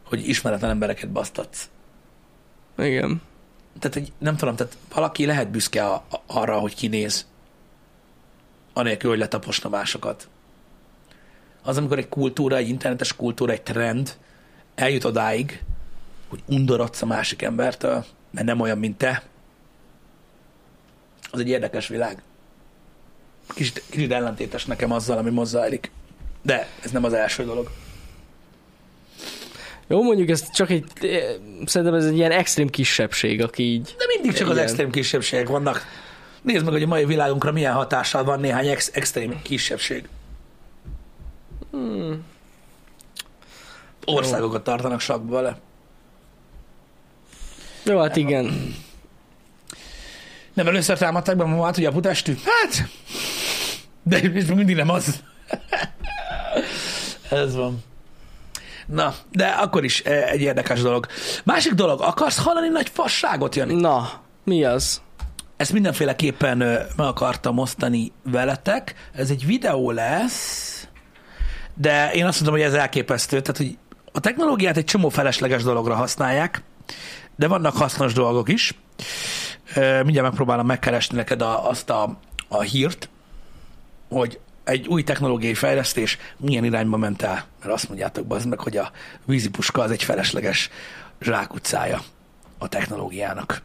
Speaker 1: hogy ismeretlen embereket basztatsz.
Speaker 2: Igen.
Speaker 1: Tehát egy, nem tudom, tehát valaki lehet büszke a, a- arra, hogy kinéz, anélkül, hogy letaposna másokat. Az, amikor egy kultúra, egy internetes kultúra, egy trend eljut odáig, hogy undorodsz a másik embertől, mert nem olyan, mint te, az egy érdekes világ. Kicsit, kicsit ellentétes nekem azzal, ami most zajlik. De ez nem az első dolog.
Speaker 2: Jó, mondjuk ez csak egy, eh, szerintem ez egy ilyen extrém kisebbség, aki így.
Speaker 1: De mindig csak az
Speaker 2: Igen.
Speaker 1: extrém kisebbségek vannak. Nézd meg, hogy a mai világunkra milyen hatással van néhány ex- extrém kisebbség.
Speaker 2: Hmm.
Speaker 1: Országokat tartanak sakba vele.
Speaker 2: Jó, hát igen.
Speaker 1: Nem először támadták be magát, hogy a putestű? Hát, de és még mindig nem az. Ez van. Na, de akkor is eh, egy érdekes dolog. Másik dolog, akarsz hallani nagy fasságot, Jani?
Speaker 2: Na, mi az?
Speaker 1: Ezt mindenféleképpen ö, meg akartam osztani veletek. Ez egy videó lesz, de én azt mondom, hogy ez elképesztő. Tehát, hogy a technológiát egy csomó felesleges dologra használják, de vannak hasznos dolgok is. Ö, Mindjárt megpróbálom megkeresni neked a, azt a, a hírt, hogy egy új technológiai fejlesztés milyen irányba ment el. Mert azt mondjátok be, meg, hogy a vízipuska az egy felesleges zsákutcája a technológiának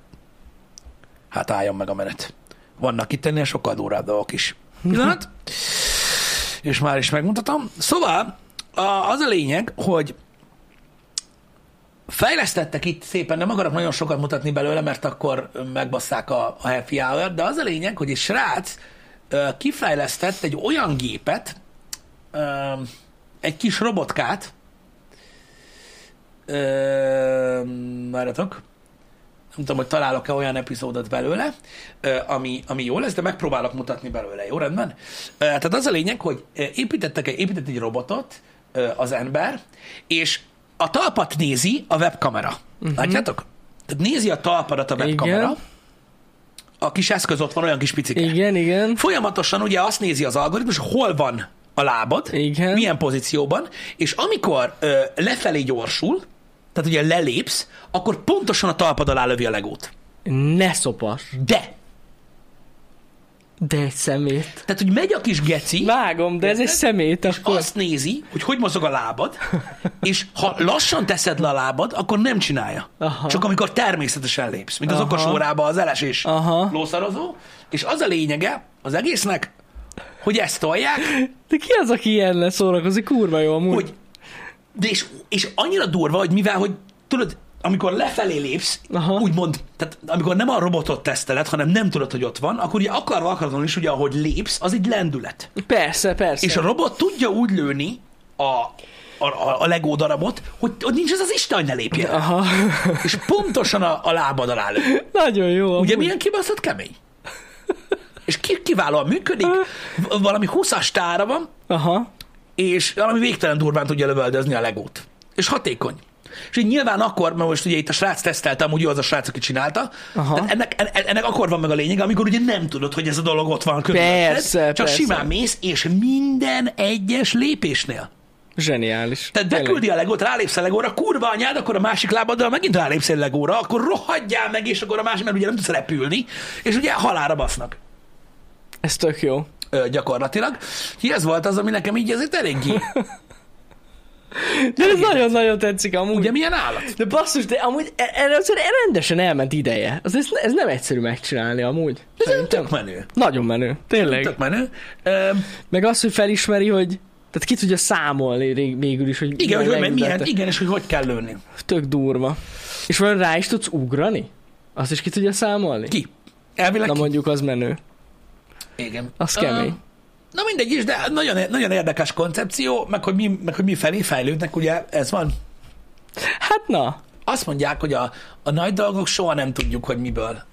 Speaker 1: hát álljon meg a menet. Vannak itt ennél sokkal durább dolgok is. Pillanat. És már is megmutatom. Szóval a, az a lényeg, hogy fejlesztettek itt szépen, nem akarok nagyon sokat mutatni belőle, mert akkor megbasszák a, a happy hour, de az a lényeg, hogy egy srác ö, kifejlesztett egy olyan gépet, ö, egy kis robotkát, ö, várjatok, nem tudom, hogy találok-e olyan epizódot belőle, ö, ami, ami jó lesz, de megpróbálok mutatni belőle, jó rendben? Ö, Tehát az a lényeg, hogy ö, építettek egy, épített egy robotot ö, az ember, és a talpat nézi a webkamera. Uh-huh. Látjátok? Tehát nézi a talpadat a webkamera.
Speaker 2: Mhm. Igen.
Speaker 1: Igen. A kis eszköz ott van, olyan kis picike.
Speaker 2: Igen, igen.
Speaker 1: Folyamatosan ugye azt nézi az algoritmus, hol van a lábad,
Speaker 2: Igen.
Speaker 1: milyen pozícióban, és amikor ö, lefelé gyorsul, tehát ugye lelépsz, akkor pontosan a talpad alá lövi a legót.
Speaker 2: Ne szopas.
Speaker 1: De!
Speaker 2: De egy szemét.
Speaker 1: Tehát, hogy megy a kis geci,
Speaker 2: Vágom, de ez egy szemét, akkor...
Speaker 1: azt nézi, hogy hogy mozog a lábad, és ha lassan teszed le a lábad, akkor nem csinálja.
Speaker 2: Aha.
Speaker 1: Csak amikor természetesen lépsz, mint az
Speaker 2: Aha.
Speaker 1: okos órába az elesés
Speaker 2: Aha.
Speaker 1: lószarozó, és az a lényege az egésznek, hogy ezt tolják,
Speaker 2: De ki az, aki ilyennel szórakozik? Kurva jó amúgy.
Speaker 1: hogy de és, és annyira durva, hogy mivel, hogy tudod, amikor lefelé lépsz,
Speaker 2: Aha.
Speaker 1: Aha. úgymond, tehát amikor nem a robotot teszteled, hanem nem tudod, hogy ott van, akkor ugye akarva akaratlanul is, ugye, ahogy lépsz, az egy lendület.
Speaker 2: Persze, persze.
Speaker 1: És a robot tudja úgy lőni a, a, a, a legó darabot, hogy, hogy nincs ez az Isten, hogy ne lépjen. rá.
Speaker 2: Aha.
Speaker 1: És pontosan a, a lábad alá lő.
Speaker 2: Nagyon jó amúgy.
Speaker 1: Ugye milyen kibaszott kemény? És ki, kiválóan működik, v- valami 20-as tára van,
Speaker 2: Aha.
Speaker 1: és valami végtelen durván tudja lövöldözni a legót. És hatékony. És így nyilván akkor, mert most ugye itt a srác tesztelte, amúgy ő az a srác, aki csinálta,
Speaker 2: Aha.
Speaker 1: tehát ennek, en- ennek akkor van meg a lényeg, amikor ugye nem tudod, hogy ez a dolog ott van körülötted,
Speaker 2: Persze,
Speaker 1: csak
Speaker 2: persze.
Speaker 1: simán mész, és minden egyes lépésnél
Speaker 2: Zseniális.
Speaker 1: Tehát
Speaker 2: Tényleg.
Speaker 1: beküldi a legót, rálépsz a legóra, kurva anyád, akkor a másik lábaddal megint rálépsz egy legóra, akkor rohadjál meg, és akkor a másik, mert ugye nem tudsz repülni, és ugye halára basznak
Speaker 2: Ez tök jó.
Speaker 1: ö, gyakorlatilag. Ki ez volt az, ami nekem így azért eléggé,
Speaker 2: De ez nagyon-nagyon tetszik amúgy.
Speaker 1: ugye milyen állat?
Speaker 2: De basszus, de amúgy e- erre azért rendesen elment ideje. Az, ez, ez nem egyszerű megcsinálni amúgy.
Speaker 1: Ez olyan
Speaker 2: Szerintem.
Speaker 1: tök menő.
Speaker 2: Nagyon menő, tényleg.
Speaker 1: Tök menő. Ö,
Speaker 2: Meg az, hogy felismeri, hogy tehát ki tudja számolni rég- végül is, hogy
Speaker 1: igen, hogy hogy megy, milyen,
Speaker 2: megmutatta.
Speaker 1: igen, és hogy hogy kell lőni.
Speaker 2: Tök durva. És vajon rá is tudsz ugrani? Azt is ki tudja számolni?
Speaker 1: Ki? Elvileg
Speaker 2: Na
Speaker 1: ki?
Speaker 2: mondjuk az menő.
Speaker 1: Igen.
Speaker 2: Az
Speaker 1: Ö,
Speaker 2: kemény.
Speaker 1: Na mindegy is, de nagyon, nagyon érdekes koncepció, meg hogy, mi, meg hogy mi felé fejlődnek, ugye ez van.
Speaker 2: Hát na,
Speaker 1: Azt mondják, hogy a, a nagy dolgok soha nem tudjuk, hogy miből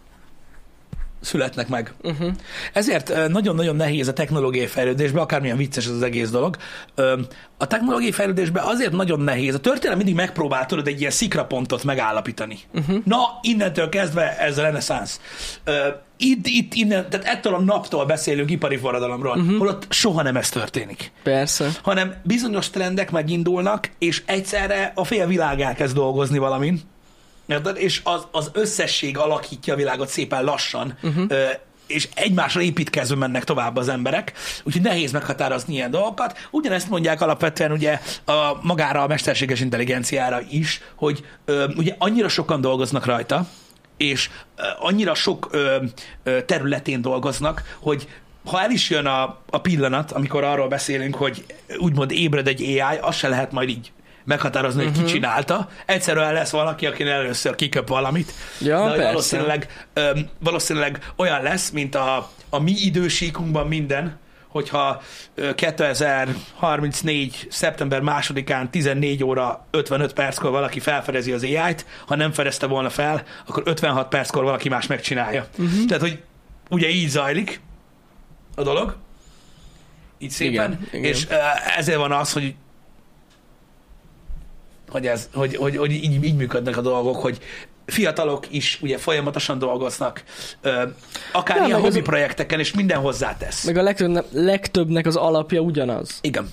Speaker 1: születnek meg. Uh-huh. Ezért ö, nagyon-nagyon nehéz a technológiai fejlődésbe, akármilyen vicces ez az egész dolog, ö, a technológiai fejlődésbe azért nagyon nehéz. A történelem mindig megpróbál tudod egy ilyen szikrapontot megállapítani. Uh-huh. Na, innentől kezdve ez a reneszánsz. Ö, Itt, itt, innen, tehát ettől a naptól beszélünk ipari forradalomról, uh-huh. holott soha nem ez történik
Speaker 2: persze.
Speaker 1: hanem bizonyos trendek megindulnak, és egyszerre a fél világ elkezd dolgozni valamin. Érted? És az, az összesség alakítja a világot szépen lassan, uh-huh. és egymásra építkezve mennek tovább az emberek, úgyhogy nehéz meghatározni ilyen dolgokat. Ugyanezt mondják alapvetően ugye a, magára a mesterséges intelligenciára is, hogy ö, ugye annyira sokan dolgoznak rajta, és ö, annyira sok ö, ö, területén dolgoznak, hogy ha el is jön a, a pillanat, amikor arról beszélünk, hogy úgymond ébred egy AI, azt se lehet majd így meghatározni, hogy
Speaker 2: Mhm.
Speaker 1: ki csinálta. Egyszerűen lesz valaki, aki először kiköp valamit.
Speaker 2: Ja,
Speaker 1: de hogy
Speaker 2: persze.
Speaker 1: valószínűleg, öm, valószínűleg olyan lesz, mint a, a mi idősíkunkban minden, hogyha ö, 2034. szeptember másodikán 14 óra 55 perckor valaki felfedezi az AI-t, ha nem fedezte volna fel, akkor 56 perckor valaki más megcsinálja. Uh-huh.
Speaker 2: Mhm.
Speaker 1: Tehát, hogy ugye így zajlik a dolog, így szépen,
Speaker 2: Igen,
Speaker 1: igen,
Speaker 2: igen.
Speaker 1: igen. és ö, ezért van az, hogy hogy, ez, hogy, hogy, hogy így, így működnek a dolgok, hogy fiatalok is ugye folyamatosan dolgoznak, ö, akár
Speaker 2: Ja,
Speaker 1: ilyen
Speaker 2: meg az-
Speaker 1: hobbi projekteken, és minden hozzátesz.
Speaker 2: Meg a legtöbb, legtöbbnek az alapja ugyanaz.
Speaker 1: Igen.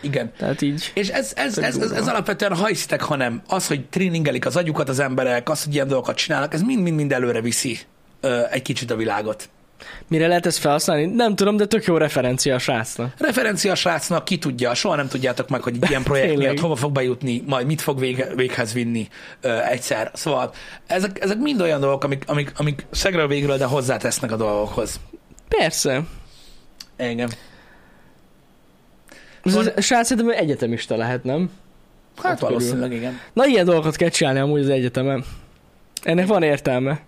Speaker 1: Igen.
Speaker 2: Tehát így.
Speaker 1: És ez, ez,
Speaker 2: Tök
Speaker 1: ez, ez, ez
Speaker 2: durva.
Speaker 1: alapvetően hajszitek, hanem az, hogy tréningelik az agyukat az emberek, az, hogy ilyen dolgokat csinálnak, ez mind-mind-mind előre viszi ö, egy kicsit a világot.
Speaker 2: Mire lehet ezt felhasználni? Nem tudom, de tök jó referencia a srácnak.
Speaker 1: Referencia a srácnak, ki tudja, soha nem tudjátok meg, hogy egy ilyen projekt
Speaker 2: Tényleg.
Speaker 1: miatt hova fog bejutni, majd mit fog vége, véghez vinni ö, egyszer. Szóval ezek, ezek mind olyan dolgok, amik, amik, amik szegről végről, de hozzátesznek a dolgokhoz. Hát
Speaker 2: Persze.
Speaker 1: Igen.
Speaker 2: Ez
Speaker 1: Van-
Speaker 2: a srác szerintem egyetemista lehet, nem?
Speaker 1: Hát
Speaker 2: Ott
Speaker 1: valószínűleg igen.
Speaker 2: Na ilyen dolgokat kell csinálni amúgy az egyetemen. Ennek van értelme.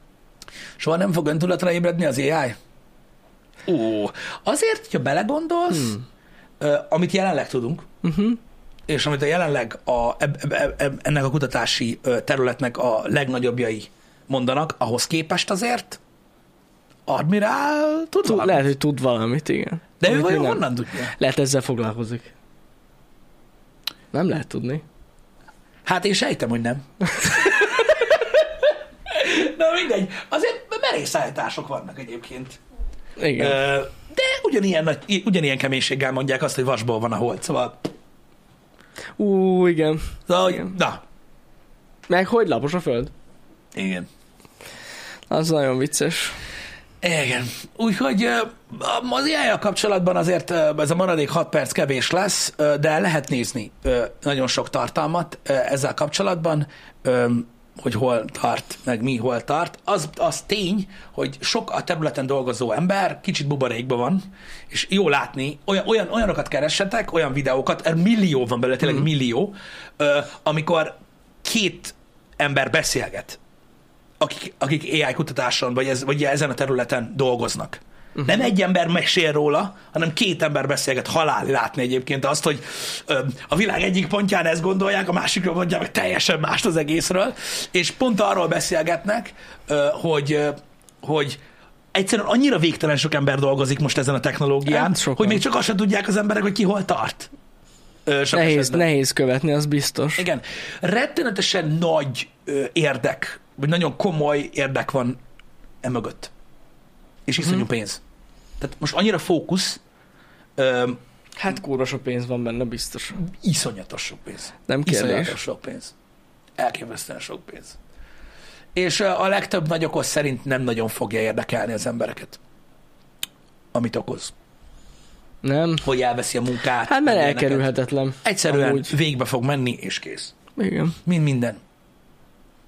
Speaker 1: Soha nem fog öntudatra ébredni az AI? Ó, azért, hogyha belegondolsz, hmm. ö, amit jelenleg tudunk,
Speaker 2: Uh-huh.
Speaker 1: és amit a jelenleg a, eb, eb, eb, eb, ennek a kutatási ö, területnek a legnagyobbjai mondanak, ahhoz képest azért admirál tud
Speaker 2: Tud,
Speaker 1: valamit.
Speaker 2: lehet, hogy tud valamit, igen.
Speaker 1: De ő
Speaker 2: Amit
Speaker 1: vajon
Speaker 2: nem.
Speaker 1: honnan tudja?
Speaker 2: Lehet ezzel foglalkozik. Nem lehet tudni.
Speaker 1: Hát én sejtem, hogy nem. Na mindegy, azért merész állítások vannak egyébként.
Speaker 2: Igen.
Speaker 1: Ö, De ugyanilyen, nagy, ugyanilyen keménységgel mondják azt, hogy vasból van a hold, szóval...
Speaker 2: Ú, igen.
Speaker 1: szóval
Speaker 2: Igen.
Speaker 1: hogy, na,
Speaker 2: Meg hogy lapos a föld?
Speaker 1: igen.
Speaker 2: Az nagyon vicces.
Speaker 1: Igen. Úgyhogy ö, az ai kapcsolatban azért ö, ez a maradék 6 perc kevés lesz, ö, de lehet nézni ö, nagyon sok tartalmat ö, ezzel kapcsolatban, ö, hogy hol tart, meg mi hol tart. Az, az tény, hogy sok a területen dolgozó ember kicsit buborékban van, és jó látni, olyan, olyan, olyanokat keressetek, olyan videókat, er millió van belőle, tényleg millió, ö, amikor két ember beszélget akik, akik AI kutatáson, vagy, ez, vagy ezen a területen dolgoznak.
Speaker 2: Mhm.
Speaker 1: Uh-huh. Nem egy ember mesél róla, hanem két ember beszélget. Halál látni egyébként azt, hogy ö, a világ egyik pontján ezt gondolják, a másikról mondják meg teljesen mást az egészről, és pont arról beszélgetnek, ö, hogy, ö, hogy egyszerűen annyira végtelen sok ember dolgozik most ezen a technológián,
Speaker 2: Hát
Speaker 1: hát
Speaker 2: sokan.
Speaker 1: hogy még csak azt sem tudják az emberek, hogy ki hol tart. Ö, sok
Speaker 2: Nehéz,
Speaker 1: esetben.
Speaker 2: nehéz követni, az biztos.
Speaker 1: Igen. Rettenetesen nagy ö, érdek, vagy nagyon komoly érdek van e
Speaker 2: Mhm.
Speaker 1: emögött. És iszonyú pénz. Tehát most annyira fókusz, ö,
Speaker 2: Hát kóra sok pénz van benne, biztos.
Speaker 1: Iszonyatos sok pénz.
Speaker 2: Nem
Speaker 1: Iszonyatos
Speaker 2: kérdés.
Speaker 1: sok pénz. Elképesztően sok pénz. És ö, a legtöbb nagy okoz szerint nem nagyon fogja érdekelni az embereket, amit okoz.
Speaker 2: Nem?
Speaker 1: Hogy elveszi a munkát.
Speaker 2: Hát mert
Speaker 1: meg ilyeneket.
Speaker 2: elkerülhetetlen.
Speaker 1: Egyszerűen
Speaker 2: Amúgy.
Speaker 1: Amúgy. végbe fog menni, és kész.
Speaker 2: Igen.
Speaker 1: Mint minden.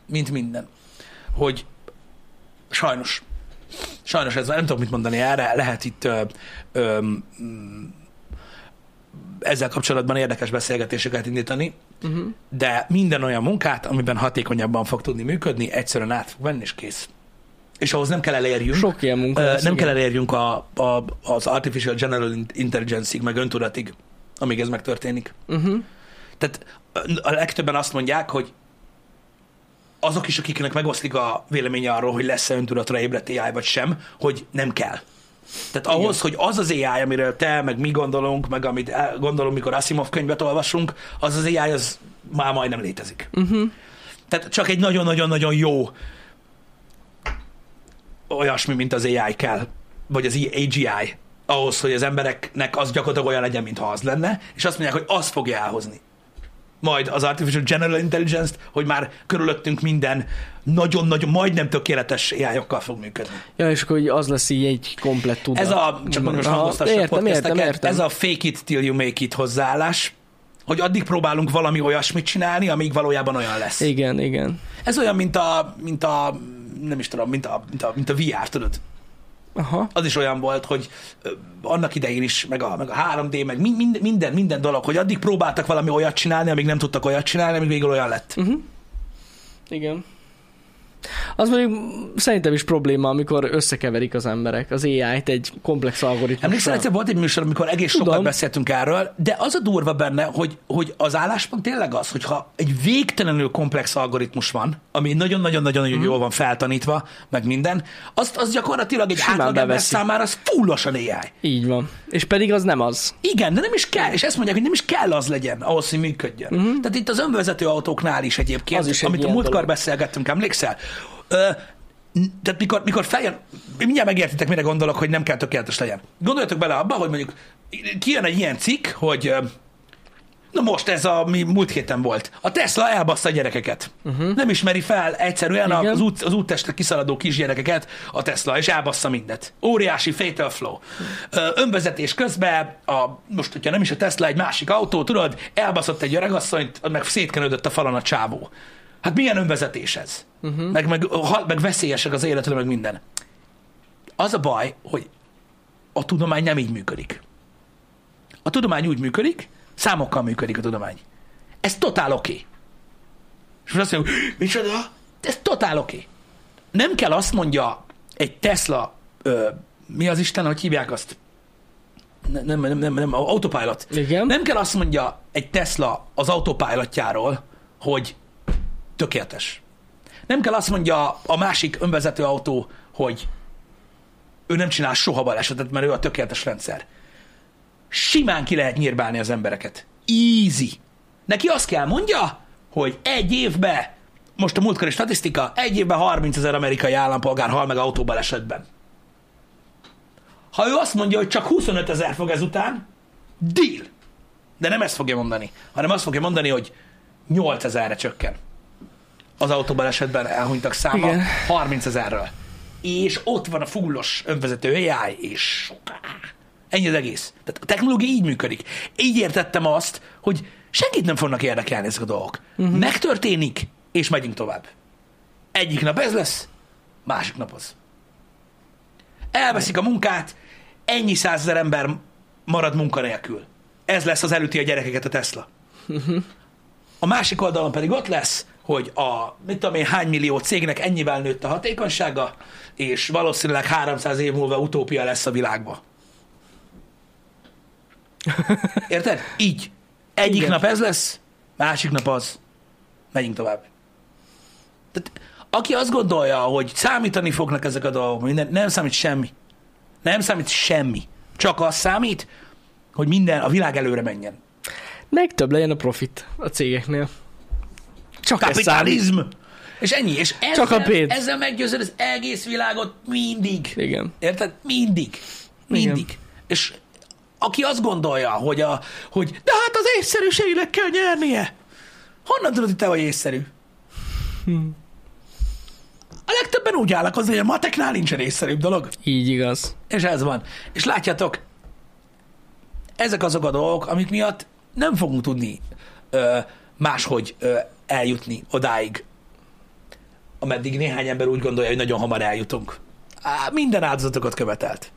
Speaker 1: Mint minden. Hogy sajnos. Sajnos ez nem tudom mit mondani erre, lehet itt ö, ö, mm, ezzel kapcsolatban érdekes beszélgetéseket indítani,
Speaker 2: Uh-huh.
Speaker 1: de minden olyan munkát, amiben hatékonyabban fog tudni működni, egyszerűen át fog menni, és kész. És ahhoz nem kell elérjünk.
Speaker 2: Sok ilyen munka.
Speaker 1: Ö,
Speaker 2: lesz,
Speaker 1: nem
Speaker 2: igen.
Speaker 1: kell elérjünk a, a, az Artificial General Intelligence-ig, meg öntudatig, amíg ez megtörténik.
Speaker 2: Uh-huh.
Speaker 1: Tehát a legtöbben azt mondják, hogy azok is, akiknek megoszlik a véleménye arról, hogy lesz-e öntudatra ébredt AI vagy sem, hogy nem kell. Tehát ahhoz, hogy az az AI, amiről te, meg mi gondolunk, meg amit el- gondolunk, mikor Asimov könyvet olvasunk, az az AI, az már majdnem létezik.
Speaker 2: Uh-huh.
Speaker 1: Tehát csak egy nagyon-nagyon-nagyon jó olyasmi, mint az AI kell, vagy az AGI, ahhoz, hogy az embereknek az gyakorlatilag olyan legyen, mintha az lenne, és azt mondják, hogy az fogja elhozni. Majd az Artificial General Intelligence-t, hogy már körülöttünk minden nagyon-nagyon, majdnem tökéletes ai -okkal fog működni.
Speaker 2: Ja, és akkor így az lesz így egy komplett tudat.
Speaker 1: Ez a, csak hogy most
Speaker 2: Aha,
Speaker 1: hangoztassuk a
Speaker 2: Értem, értem,
Speaker 1: podcasteket,
Speaker 2: értem.
Speaker 1: ez a fake it till you make it hozzáállás, hogy addig próbálunk valami olyasmit csinálni, amíg valójában olyan lesz.
Speaker 2: Igen, igen.
Speaker 1: Ez olyan, mint a, mint a nem is tudom, mint a, mint a, mint a VR, tudod?
Speaker 2: Aha.
Speaker 1: Az is olyan volt, hogy ö, annak idején is, meg a, meg a 3D, meg mi- mind, minden, minden dolog, hogy addig próbáltak valami olyat csinálni, amíg nem tudtak olyat csinálni, amíg végül olyan lett.
Speaker 2: Uh-huh. Igen. Az mondjuk szerintem is probléma, amikor összekeverik az emberek az AI-t egy komplex
Speaker 1: Emlékszel,
Speaker 2: algoritmussal.
Speaker 1: egyszer volt egy műsor, amikor egész Tudom. sokat
Speaker 2: Tudom.
Speaker 1: beszéltünk erről, de az a durva benne, hogy, hogy az álláspont tényleg az, hogy ha egy végtelenül komplex algoritmus van, ami nagyon-nagyon-nagyon
Speaker 2: Mhm.
Speaker 1: mm. jól van feltanítva, meg minden, azt, az gyakorlatilag egy
Speaker 2: Simán
Speaker 1: átlagember
Speaker 2: beveszi.
Speaker 1: számára az fullosan AI.
Speaker 2: Így van. És pedig az nem az.
Speaker 1: Igen, de nem is kell, és ezt mondják, hogy nem is kell az legyen ahhoz, hogy működjön. Uh-huh. Tehát itt az önvezető autóknál is egyébként,
Speaker 2: Mhm. Az is egy
Speaker 1: amit a
Speaker 2: ilyen
Speaker 1: múltkor
Speaker 2: dolog.
Speaker 1: beszélgettünk, emlékszel? Ö, n- tehát mikor, mikor feljön, mindjárt megértitek, mire gondolok, hogy nem kell tökéletes legyen. Gondoljatok bele abba, hogy mondjuk kijön egy ilyen cikk, hogy ö, na most ez, a, ami múlt héten volt. A Tesla elbassza a gyerekeket. Uh-huh. Nem ismeri fel egyszerűen a-
Speaker 2: Igen.
Speaker 1: az, út, az úttestre kiszaladó kisgyerekeket a Tesla, és elbassza mindet. Óriási fatal flow. Ö, Önvezetés közben, a, most hogyha nem is a Tesla, egy másik autó, tudod, elbaszott egy öregasszonyt, meg szétkenődött a falon a csávó. Hát milyen önvezetés ez? Uh-huh. Meg, meg, hal- meg veszélyesek az életre, meg minden. Az a baj, hogy a tudomány nem így működik. A tudomány úgy működik, számokkal működik a tudomány. Ez totál oké. Okay. És most azt mondjuk, micsoda? Ez totál oké. Okay. Nem kell azt mondja egy Tesla, ö, mi az Isten, hogy hívják azt? Ne- Nem, nem, nem, nem, autopilot.
Speaker 2: Igen.
Speaker 1: Nem kell azt mondja egy Tesla az autopilotjáról, hogy tökéletes. Nem kell azt mondja a másik önvezető autó, hogy ő nem csinál soha balesetet, mert ő a tökéletes rendszer. Simán ki lehet nyírbálni az embereket. Easy. Neki azt kell mondja, hogy egy évbe, most a múltkori statisztika, egy évben 30 ezer amerikai állampolgár hal meg autóbalesetben. Ha ő azt mondja, hogy csak 25 ezer fog ezután, deal. De nem ezt fogja mondani, hanem azt fogja mondani, hogy 8 ezerre csökken. Az autóbalesetben elhunytak száma
Speaker 2: Igen.
Speaker 1: 30 ezerről. És ott van a fullos önvezető AI, és ennyi az egész. Tehát a technológia így működik. Így értettem azt, hogy senkit nem fognak érdekelni ezek a dolgok. Uh-huh. Megtörténik, és megyünk tovább. Egyik nap ez lesz, másik nap az. Elveszik a munkát, ennyi százezer ember marad munkanélkül. Ez lesz az elüti a gyerekeket a Tesla. A másik oldalon pedig ott lesz, hogy a mit tudom én, hány millió cégnek ennyivel nőtt a hatékonysága, és valószínűleg 300 év múlva utópia lesz a világban. Érted? Így. Egyik
Speaker 2: Igen.
Speaker 1: nap ez lesz, másik nap az. Megyünk tovább. Tehát, aki azt gondolja, hogy számítani fognak ezek a dolgok, minden, nem számít semmi. Nem számít semmi. Csak az számít, hogy minden, a világ előre menjen.
Speaker 2: Meg több legyen a profit a cégeknél. Csak ez számít.
Speaker 1: Kapitalizm! És ennyi. És ezzel,
Speaker 2: Csak a pénz.
Speaker 1: ezzel meggyőzöd az egész világot mindig.
Speaker 2: Igen.
Speaker 1: Érted? Mindig. Mindig.
Speaker 2: Igen.
Speaker 1: És aki azt gondolja, hogy, a, hogy de hát az észszerűségileg kell nyernie. Honnan tudod, hogy te vagy észszerű?
Speaker 2: Hm.
Speaker 1: A legtöbben úgy állnak hozzá, hogy a mateknál nincsen észszerűbb dolog.
Speaker 2: Így igaz.
Speaker 1: És ez van. És látjátok, ezek azok a dolgok, amik miatt nem fogunk tudni ö, máshogy ö, eljutni odáig, ameddig néhány ember úgy gondolja, hogy nagyon hamar eljutunk. Á, minden áldozatokat követelt.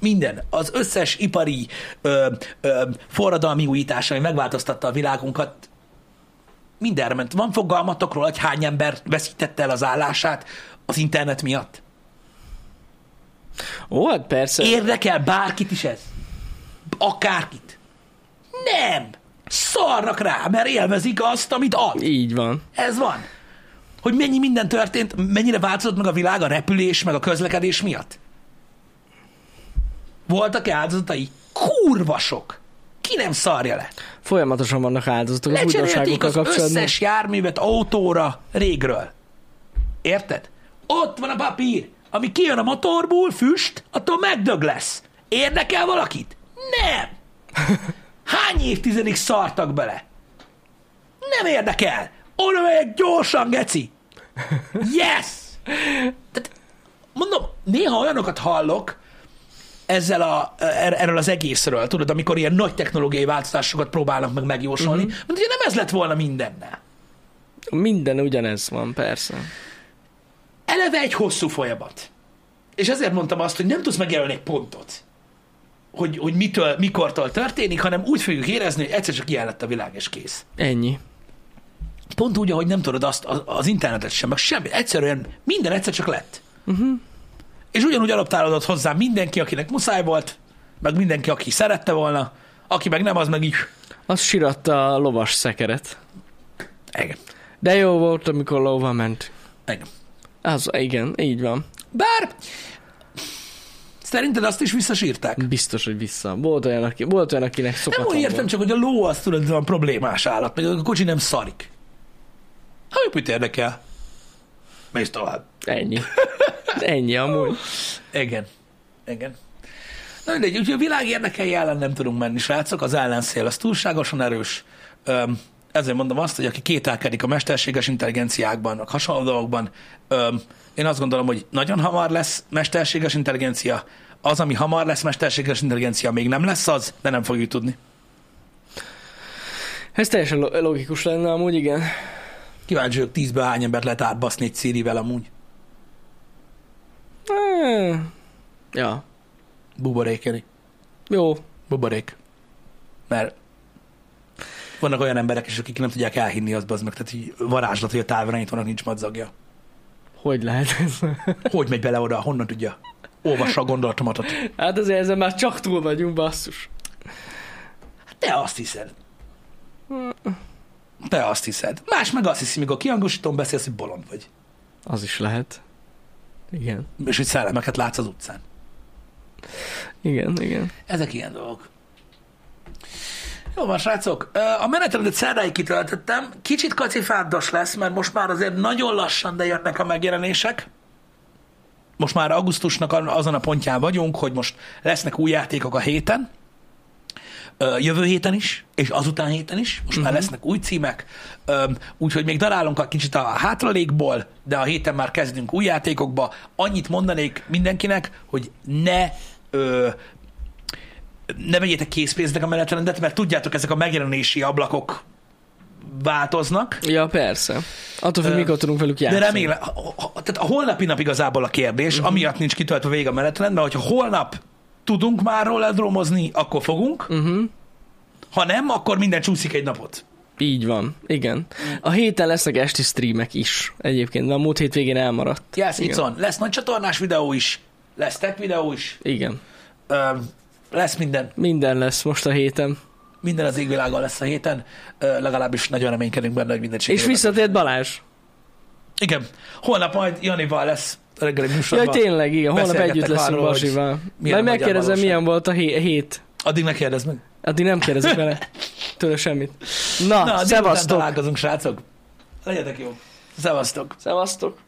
Speaker 1: Minden. Az összes ipari ö, ö, forradalmi újítás, ami megváltoztatta a világunkat, mindenre ment. Van fogalmatokról, hogy hány ember veszítette el az állását az internet miatt?
Speaker 2: Ó, hát persze.
Speaker 1: Érdekel bárkit is ez? Akárkit? Nem! Szarnak rá, mert élvezik azt, amit ad.
Speaker 2: Így van.
Speaker 1: Ez van. Hogy mennyi minden történt, mennyire változott meg a világ a repülés, meg a közlekedés miatt? Voltak-e áldozatai? Kurva sok! Ki nem szarja le?
Speaker 2: Folyamatosan vannak áldozatok az
Speaker 1: Lecserélték
Speaker 2: újdonságokkal
Speaker 1: az
Speaker 2: kapcsolatban.
Speaker 1: összes járművet autóra régről. Érted? Ott van a papír, ami kijön a motorból, füst, attól megdög lesz. Érdekel valakit? Nem! Hány évtizedig szartak bele? Nem érdekel! Oda megyek gyorsan, geci! Yes! Tehát, mondom, néha olyanokat hallok, ezzel a, er- erről az egészről, tudod, amikor ilyen nagy technológiai változásokat próbálnak meg megjósolni, uh-huh. mert ugye nem ez lett volna mindennel.
Speaker 2: Minden ugyanez van, persze.
Speaker 1: Eleve egy hosszú folyamat. És ezért mondtam azt, hogy nem tudsz megjelölni egy pontot, hogy, hogy mitől, mikortól történik, hanem úgy fogjuk érezni, hogy egyszer csak ilyen lett a világ, és kész.
Speaker 2: Ennyi.
Speaker 1: Pont úgy, ahogy nem tudod azt az, az internetet sem, meg semmi. Egyszerűen minden egyszer csak lett. Uh-huh. És ugyanúgy adaptálódott hozzá mindenki, akinek muszáj volt, meg mindenki, aki szerette volna, aki meg nem, az meg így...
Speaker 2: Az siratta a lovas szekeret.
Speaker 1: Igen.
Speaker 2: De jó volt, amikor lóva ment.
Speaker 1: Igen.
Speaker 2: Az, igen, így van.
Speaker 1: Bár szerinted azt is visszasírták.
Speaker 2: Biztos, hogy vissza. Volt olyan, aki, volt olyan akinek szokatlan
Speaker 1: Nem úgy értem,
Speaker 2: volt.
Speaker 1: csak hogy a ló az tudod, van problémás állat, meg a kocsi nem szarik. Hát jobb, mit érdekel? Mész tovább.
Speaker 2: Ennyi. Ennyi amúgy.
Speaker 1: Igen. Igen. Na mindegy, úgyhogy a világ érdekei ellen nem tudunk menni, srácok, az ellenszél az túlságosan erős. Öm, ezért mondom azt, hogy aki kételkedik a mesterséges intelligenciákban, meg hasonló dolgokban, öm, én azt gondolom, hogy nagyon hamar lesz mesterséges intelligencia. Az, ami hamar lesz mesterséges intelligencia, még nem lesz az, de nem fogjuk tudni.
Speaker 2: Ez teljesen lo- logikus lenne amúgy, igen.
Speaker 1: Kíváncsi vagyok, tízből hány embert lehet átbaszni egy Siri-vel amúgy.
Speaker 2: Ah, Ja,
Speaker 1: Buborékeni.
Speaker 2: jó.
Speaker 1: Buborék. Mert vannak olyan emberek is, akik nem tudják elhinni azt, az meg, tehát így varázslat, hogy a távirányítónak nincs madzagja.
Speaker 2: Hogy lehet ez?
Speaker 1: Hogy megy bele oda, honnan tudja? Olvassa a gondolatomat.
Speaker 2: Hát azért ezen már csak túl vagyunk, basszus.
Speaker 1: Te azt hiszed. Te azt hiszed. Más meg azt hiszi, mikor kiangosítom, beszélsz, hogy bolond vagy.
Speaker 2: Az is lehet. Igen.
Speaker 1: És hogy szellemeket látsz az utcán.
Speaker 2: Igen, igen.
Speaker 1: Ezek ilyen dolgok. Jó van, srácok. Ö, A menetrendet szerdáig kitöltöttem. Kicsit kacifántos lesz, mert most már azért nagyon lassan, de jönnek a megjelenések. Most már augusztusnak an- azon a pontján vagyunk, hogy most lesznek új játékok a héten. Ö, Jövő héten is, és azután héten is. Most már lesznek új címek. Ö, Úgyhogy még darálunk a kicsit a hátralékból, de a héten már kezdünk új játékokba. Annyit mondanék mindenkinek, hogy ne ö, ne vegyétek készpénznek a menetrendet, mert tudjátok, ezek a megjelenési ablakok változnak.
Speaker 2: Ja, persze. Attól függ,
Speaker 1: Ö,
Speaker 2: mikor tudunk velük
Speaker 1: De
Speaker 2: játszani.
Speaker 1: remélem, ha- ha- tehát a holnapi nap igazából a kérdés,
Speaker 2: Mhm.
Speaker 1: uh-huh. amiatt nincs kitöltve vége a menetrend, mert hogyha holnap tudunk már róla dromozni, akkor fogunk.
Speaker 2: Uh-huh.
Speaker 1: Ha nem, akkor minden csúszik egy napot.
Speaker 2: Így van, igen. A héten lesznek esti streamek is egyébként, mert a múlt hétvégén elmaradt.
Speaker 1: Yes,
Speaker 2: igen.
Speaker 1: it's on. Lesz nagy csatornás videó is, lesz tech videó is,
Speaker 2: igen.
Speaker 1: öm, lesz minden,
Speaker 2: Minden lesz most a héten.
Speaker 1: minden az égvilágon lesz a héten, Ö, legalábbis nagyon reménykedünk benne, hogy minden
Speaker 2: És
Speaker 1: sikerül.
Speaker 2: visszatért Balázs.
Speaker 1: Igen, holnap majd Janival lesz reggeli
Speaker 2: Jaj,
Speaker 1: műsorban.
Speaker 2: tényleg, igen, holnap
Speaker 1: Beszélgetek
Speaker 2: együtt leszünk
Speaker 1: arról, hogy
Speaker 2: Balázsival.
Speaker 1: milyen
Speaker 2: Majd
Speaker 1: a magyar
Speaker 2: megkérdezem,
Speaker 1: valóság.
Speaker 2: milyen volt a hé- hét.
Speaker 1: Addig ne kérdezd meg.
Speaker 2: Addig nem kérdezek vele tőle semmit. Na,
Speaker 1: Na,
Speaker 2: Na
Speaker 1: délután
Speaker 2: szevasztok!
Speaker 1: találkozunk, srácok. Legyetek jók. Szevasztok.
Speaker 2: Szevasztok!